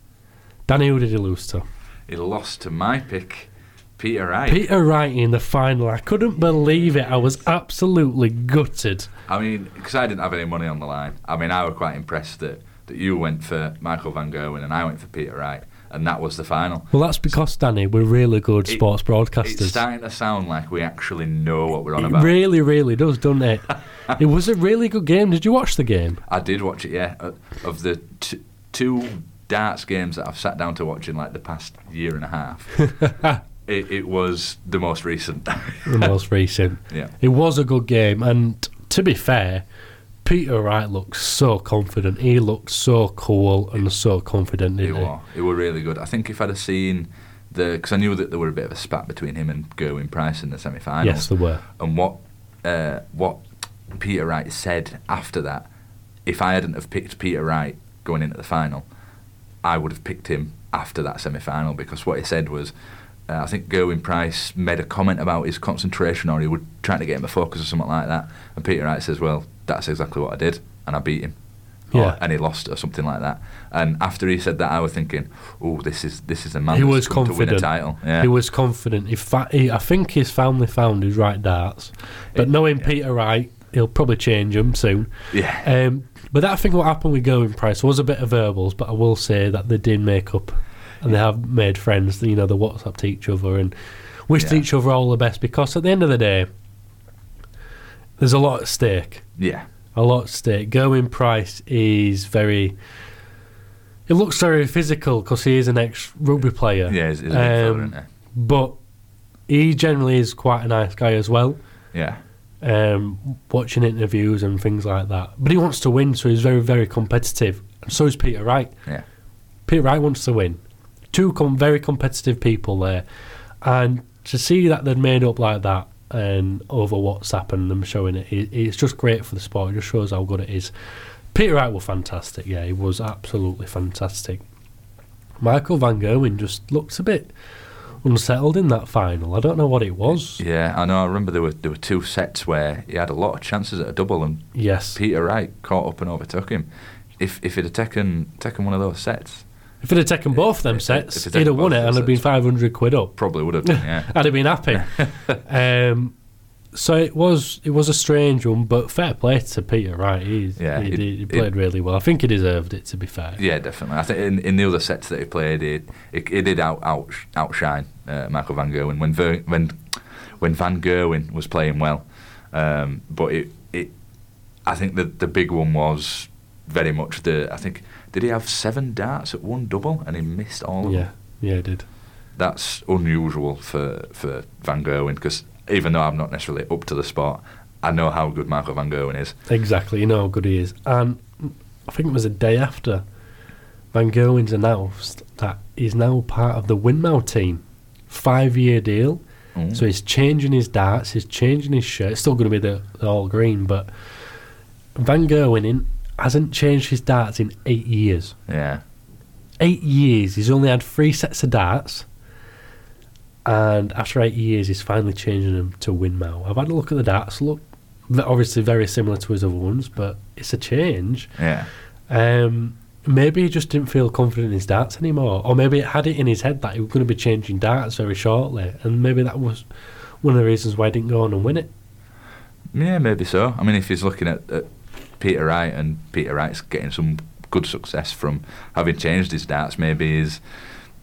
Speaker 1: Danny, who did he lose to?
Speaker 3: He lost to my pick, Peter Wright.
Speaker 1: Peter Wright in the final. I couldn't believe it. I was absolutely gutted.
Speaker 3: I mean, because I didn't have any money on the line. I mean, I were quite impressed that, that you went for Michael Van Gerwen and I went for Peter Wright, and that was the final.
Speaker 1: Well, that's because, Danny, we're really good
Speaker 3: It-
Speaker 1: sports broadcasters.
Speaker 3: It's starting to sound like we actually know what we're on
Speaker 1: It
Speaker 3: about.
Speaker 1: really, really does, doesn't it? it was a really good game. Did you watch the game?
Speaker 3: I did watch it, yeah. Uh, Of the t- two darts games that I've sat down to watch in like the past year and a half, it, it was the most recent.
Speaker 1: The most recent.
Speaker 3: yeah.
Speaker 1: It was a good game, and to be fair, Peter Wright looked so confident. He looked so cool and so confident.
Speaker 3: It
Speaker 1: Didn't he?
Speaker 3: were. It were really good. I think if I'd have seen the, because I knew that there were a bit of a spat between him and Gerwin Price in the semi-finals.
Speaker 1: Yes, there were.
Speaker 3: And what uh, what Peter Wright said after that, if I hadn't have picked Peter Wright going into the final, I would have picked him after that semi-final because what he said was. Uh, I think Gerwin Price made a comment about his concentration, or he would trying to get him a focus or something like that. And Peter Wright says, "Well, that's exactly what I did, and I beat him." Or-
Speaker 1: Yeah.
Speaker 3: and he lost or something like that. And after he said that, I was thinking, "Oh, this is this is a man
Speaker 1: He
Speaker 3: that's
Speaker 1: was
Speaker 3: come to win
Speaker 1: confident.
Speaker 3: a title." Yeah.
Speaker 1: He was confident. He fa- he, I think his family found his right darts, but
Speaker 3: It-
Speaker 1: knowing Peter Wright, he'll probably change them soon.
Speaker 3: yeah,
Speaker 1: Um, but that thing, what happened with Going Price, was a bit of verbals, but I will say that they did make up and they have made friends. You know, they WhatsApp to each other and wished
Speaker 3: Yeah.
Speaker 1: each other all the best because at the end of the day, there's a lot at stake.
Speaker 3: yeah,
Speaker 1: A lot at stake. Going Price is very. He looks very physical because he is an ex rugby player.
Speaker 3: Yeah, he's, he's a big fella,
Speaker 1: Um,
Speaker 3: isn't he?
Speaker 1: But he generally is quite a nice guy as well.
Speaker 3: Yeah.
Speaker 1: Um, watching interviews and things like that. But he wants to win, so he's very, very competitive. And so is Peter Wright.
Speaker 3: Yeah.
Speaker 1: Peter Wright wants to win. Two com- very competitive people there. And to see that they'd made up like that and over WhatsApp and them showing it, it, it's just great for the sport. It just shows how good it is. Peter Wright was fantastic. Yeah, he was absolutely fantastic. Michael Van Gerwen just looked a bit unsettled in that final. I don't know what it was.
Speaker 3: Yeah, I know. I remember there were there were two sets where he had a lot of chances at a double, and
Speaker 1: Yes.
Speaker 3: Peter Wright caught up and overtook him. If if he'd have taken taken one of those sets,
Speaker 1: If he'd have taken both them
Speaker 3: If- if
Speaker 1: sets,
Speaker 3: he'd
Speaker 1: he'd have
Speaker 3: taken
Speaker 1: won
Speaker 3: both
Speaker 1: it and
Speaker 3: them
Speaker 1: had been
Speaker 3: sets.
Speaker 1: 500 quid up.
Speaker 3: probably would have done. Yeah,
Speaker 1: I'd have been happy. um, so it was it was a strange one, but fair play to Peter Wright. He,
Speaker 3: Yeah,
Speaker 1: he,
Speaker 3: it-
Speaker 1: did- he
Speaker 3: it-
Speaker 1: played really well. I think he deserved it. To be fair,
Speaker 3: yeah, definitely. I think in, in the other sets that he played, he, he, he did out, out outshine uh, Michael Van Gerwen when Ver, when when Van Gerwen was playing well. Um, but it it I think the the big one was very much the I think did he have seven darts at one double and he missed all of them.
Speaker 1: yeah, yeah, he did.
Speaker 3: that's unusual for, for Van Gerwen because even though I'm not necessarily up to the spot, I know how good Michael Van Gerwen is.
Speaker 1: Exactly, you know how good he is. And I think it was a day after Van Gerwen's announced that he's now part of the Winmow team, five year deal.
Speaker 3: Mm.
Speaker 1: So he's changing his darts, he's changing his shirt. It's still going to be the, the all green, but Van Gerwen in, hasn't changed his darts in eight years.
Speaker 3: Yeah,
Speaker 1: eight years, he's only had three sets of darts. And after eight years, he's finally changing them to Winmow. I've had a look at the darts. Look, they're obviously very similar to his other ones, but it's a change.
Speaker 3: yeah,
Speaker 1: Um, maybe he just didn't feel confident in his darts anymore, or maybe it had it in his head that he was going to be changing darts very shortly, and maybe that was one of the reasons why he didn't go on and win it.
Speaker 3: yeah, maybe so. I mean, if he's looking at, at Peter Wright and Peter Wright's getting some good success from having changed his darts, maybe he's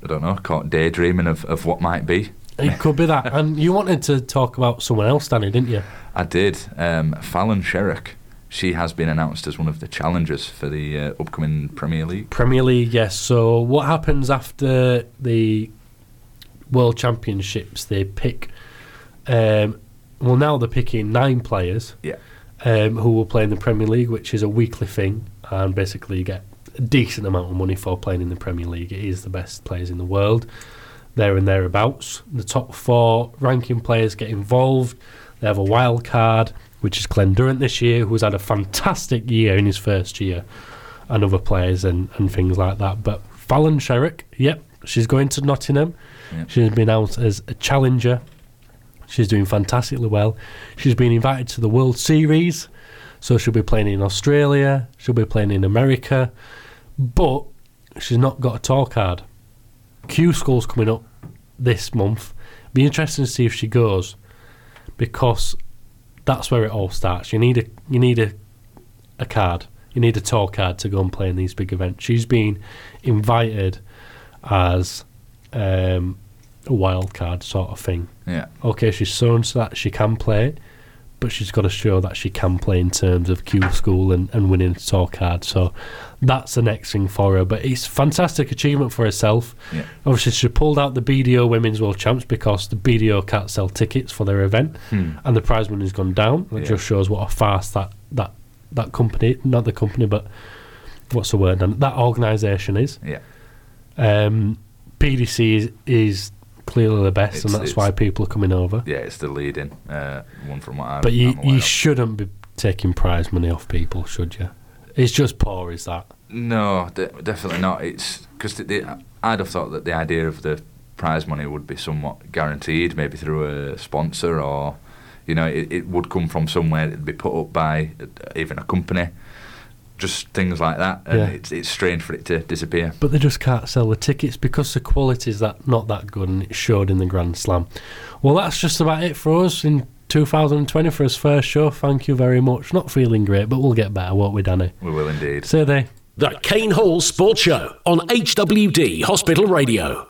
Speaker 3: I don't know caught daydreaming of, of what might be.
Speaker 1: It could be that. And you wanted to talk about someone else, Danny, didn't you?
Speaker 3: I did. Um, Fallon Sherrick, she has been announced as one of the challengers for the uh, upcoming Premier League.
Speaker 1: Premier League, yes. So what happens after the World Championships? They pick. Um, well, now they're picking nine players
Speaker 3: Yeah,
Speaker 1: um, who will play in the Premier League, which is a weekly thing, and basically you get a decent amount of money for playing in the Premier League. It is the best players in the world, there and thereabouts. The top four ranking players get involved. They have a wild card, which is Glenn Durant this year, who's had a fantastic year in his first year, and other players and, and things like that. But Fallon Sherrick, yep, she's going to Nottingham.
Speaker 3: Yep.
Speaker 1: She's been out as a challenger She's doing fantastically well. She's been invited to the World Series, so she'll be playing in Australia, she'll be playing in America, but she's not got a tour card. Q School's coming up this month. Be interesting to see if she goes, because that's where it all starts. You need a you need a a card. You need a tour card to go and play in these big events. She's been invited as um, a wild card sort of thing
Speaker 3: yeah.
Speaker 1: okay, she's so into that she can play it, but she's got to show that she can play in terms of Q school and, and winning a tour card. So that's the next thing for her. But it's fantastic achievement for herself.
Speaker 3: Yeah.
Speaker 1: Obviously, she pulled out the BDO Women's World Champs because the BDO can't sell tickets for their event, and the prize money's gone down. It
Speaker 3: Hmm. Yeah.
Speaker 1: just shows what a farce that that that company, not the company, but what's the word? Dan? That organisation is.
Speaker 3: Yeah.
Speaker 1: Um, PDC is, is clearly the best,
Speaker 3: It's-
Speaker 1: and that's
Speaker 3: it's-
Speaker 1: why people are coming over.
Speaker 3: Yeah, it's the leading uh, one from what I'm.
Speaker 1: But you,
Speaker 3: I'm aware
Speaker 1: you
Speaker 3: of.
Speaker 1: shouldn't be taking prize money off people, should you? It's just poor, is that?
Speaker 3: No, de- definitely not. It's because I'd have thought that the idea of the prize money would be somewhat guaranteed, maybe through a sponsor or, you know, it, it would come from somewhere. It'd be put up by uh, even a company, just things like that. And
Speaker 1: Yeah.
Speaker 3: it's it's strange for it to disappear.
Speaker 1: But they just can't sell the tickets because the quality is that not that good, and it showed in the Grand Slam. Well, that's just about it for us in 2020 for his first show. Thank you very much. Not feeling great, but we'll get better, won't we, Danny?
Speaker 3: We will indeed.
Speaker 1: Say they.
Speaker 4: The Kane Hall Sports Show on HWD Hospital Radio.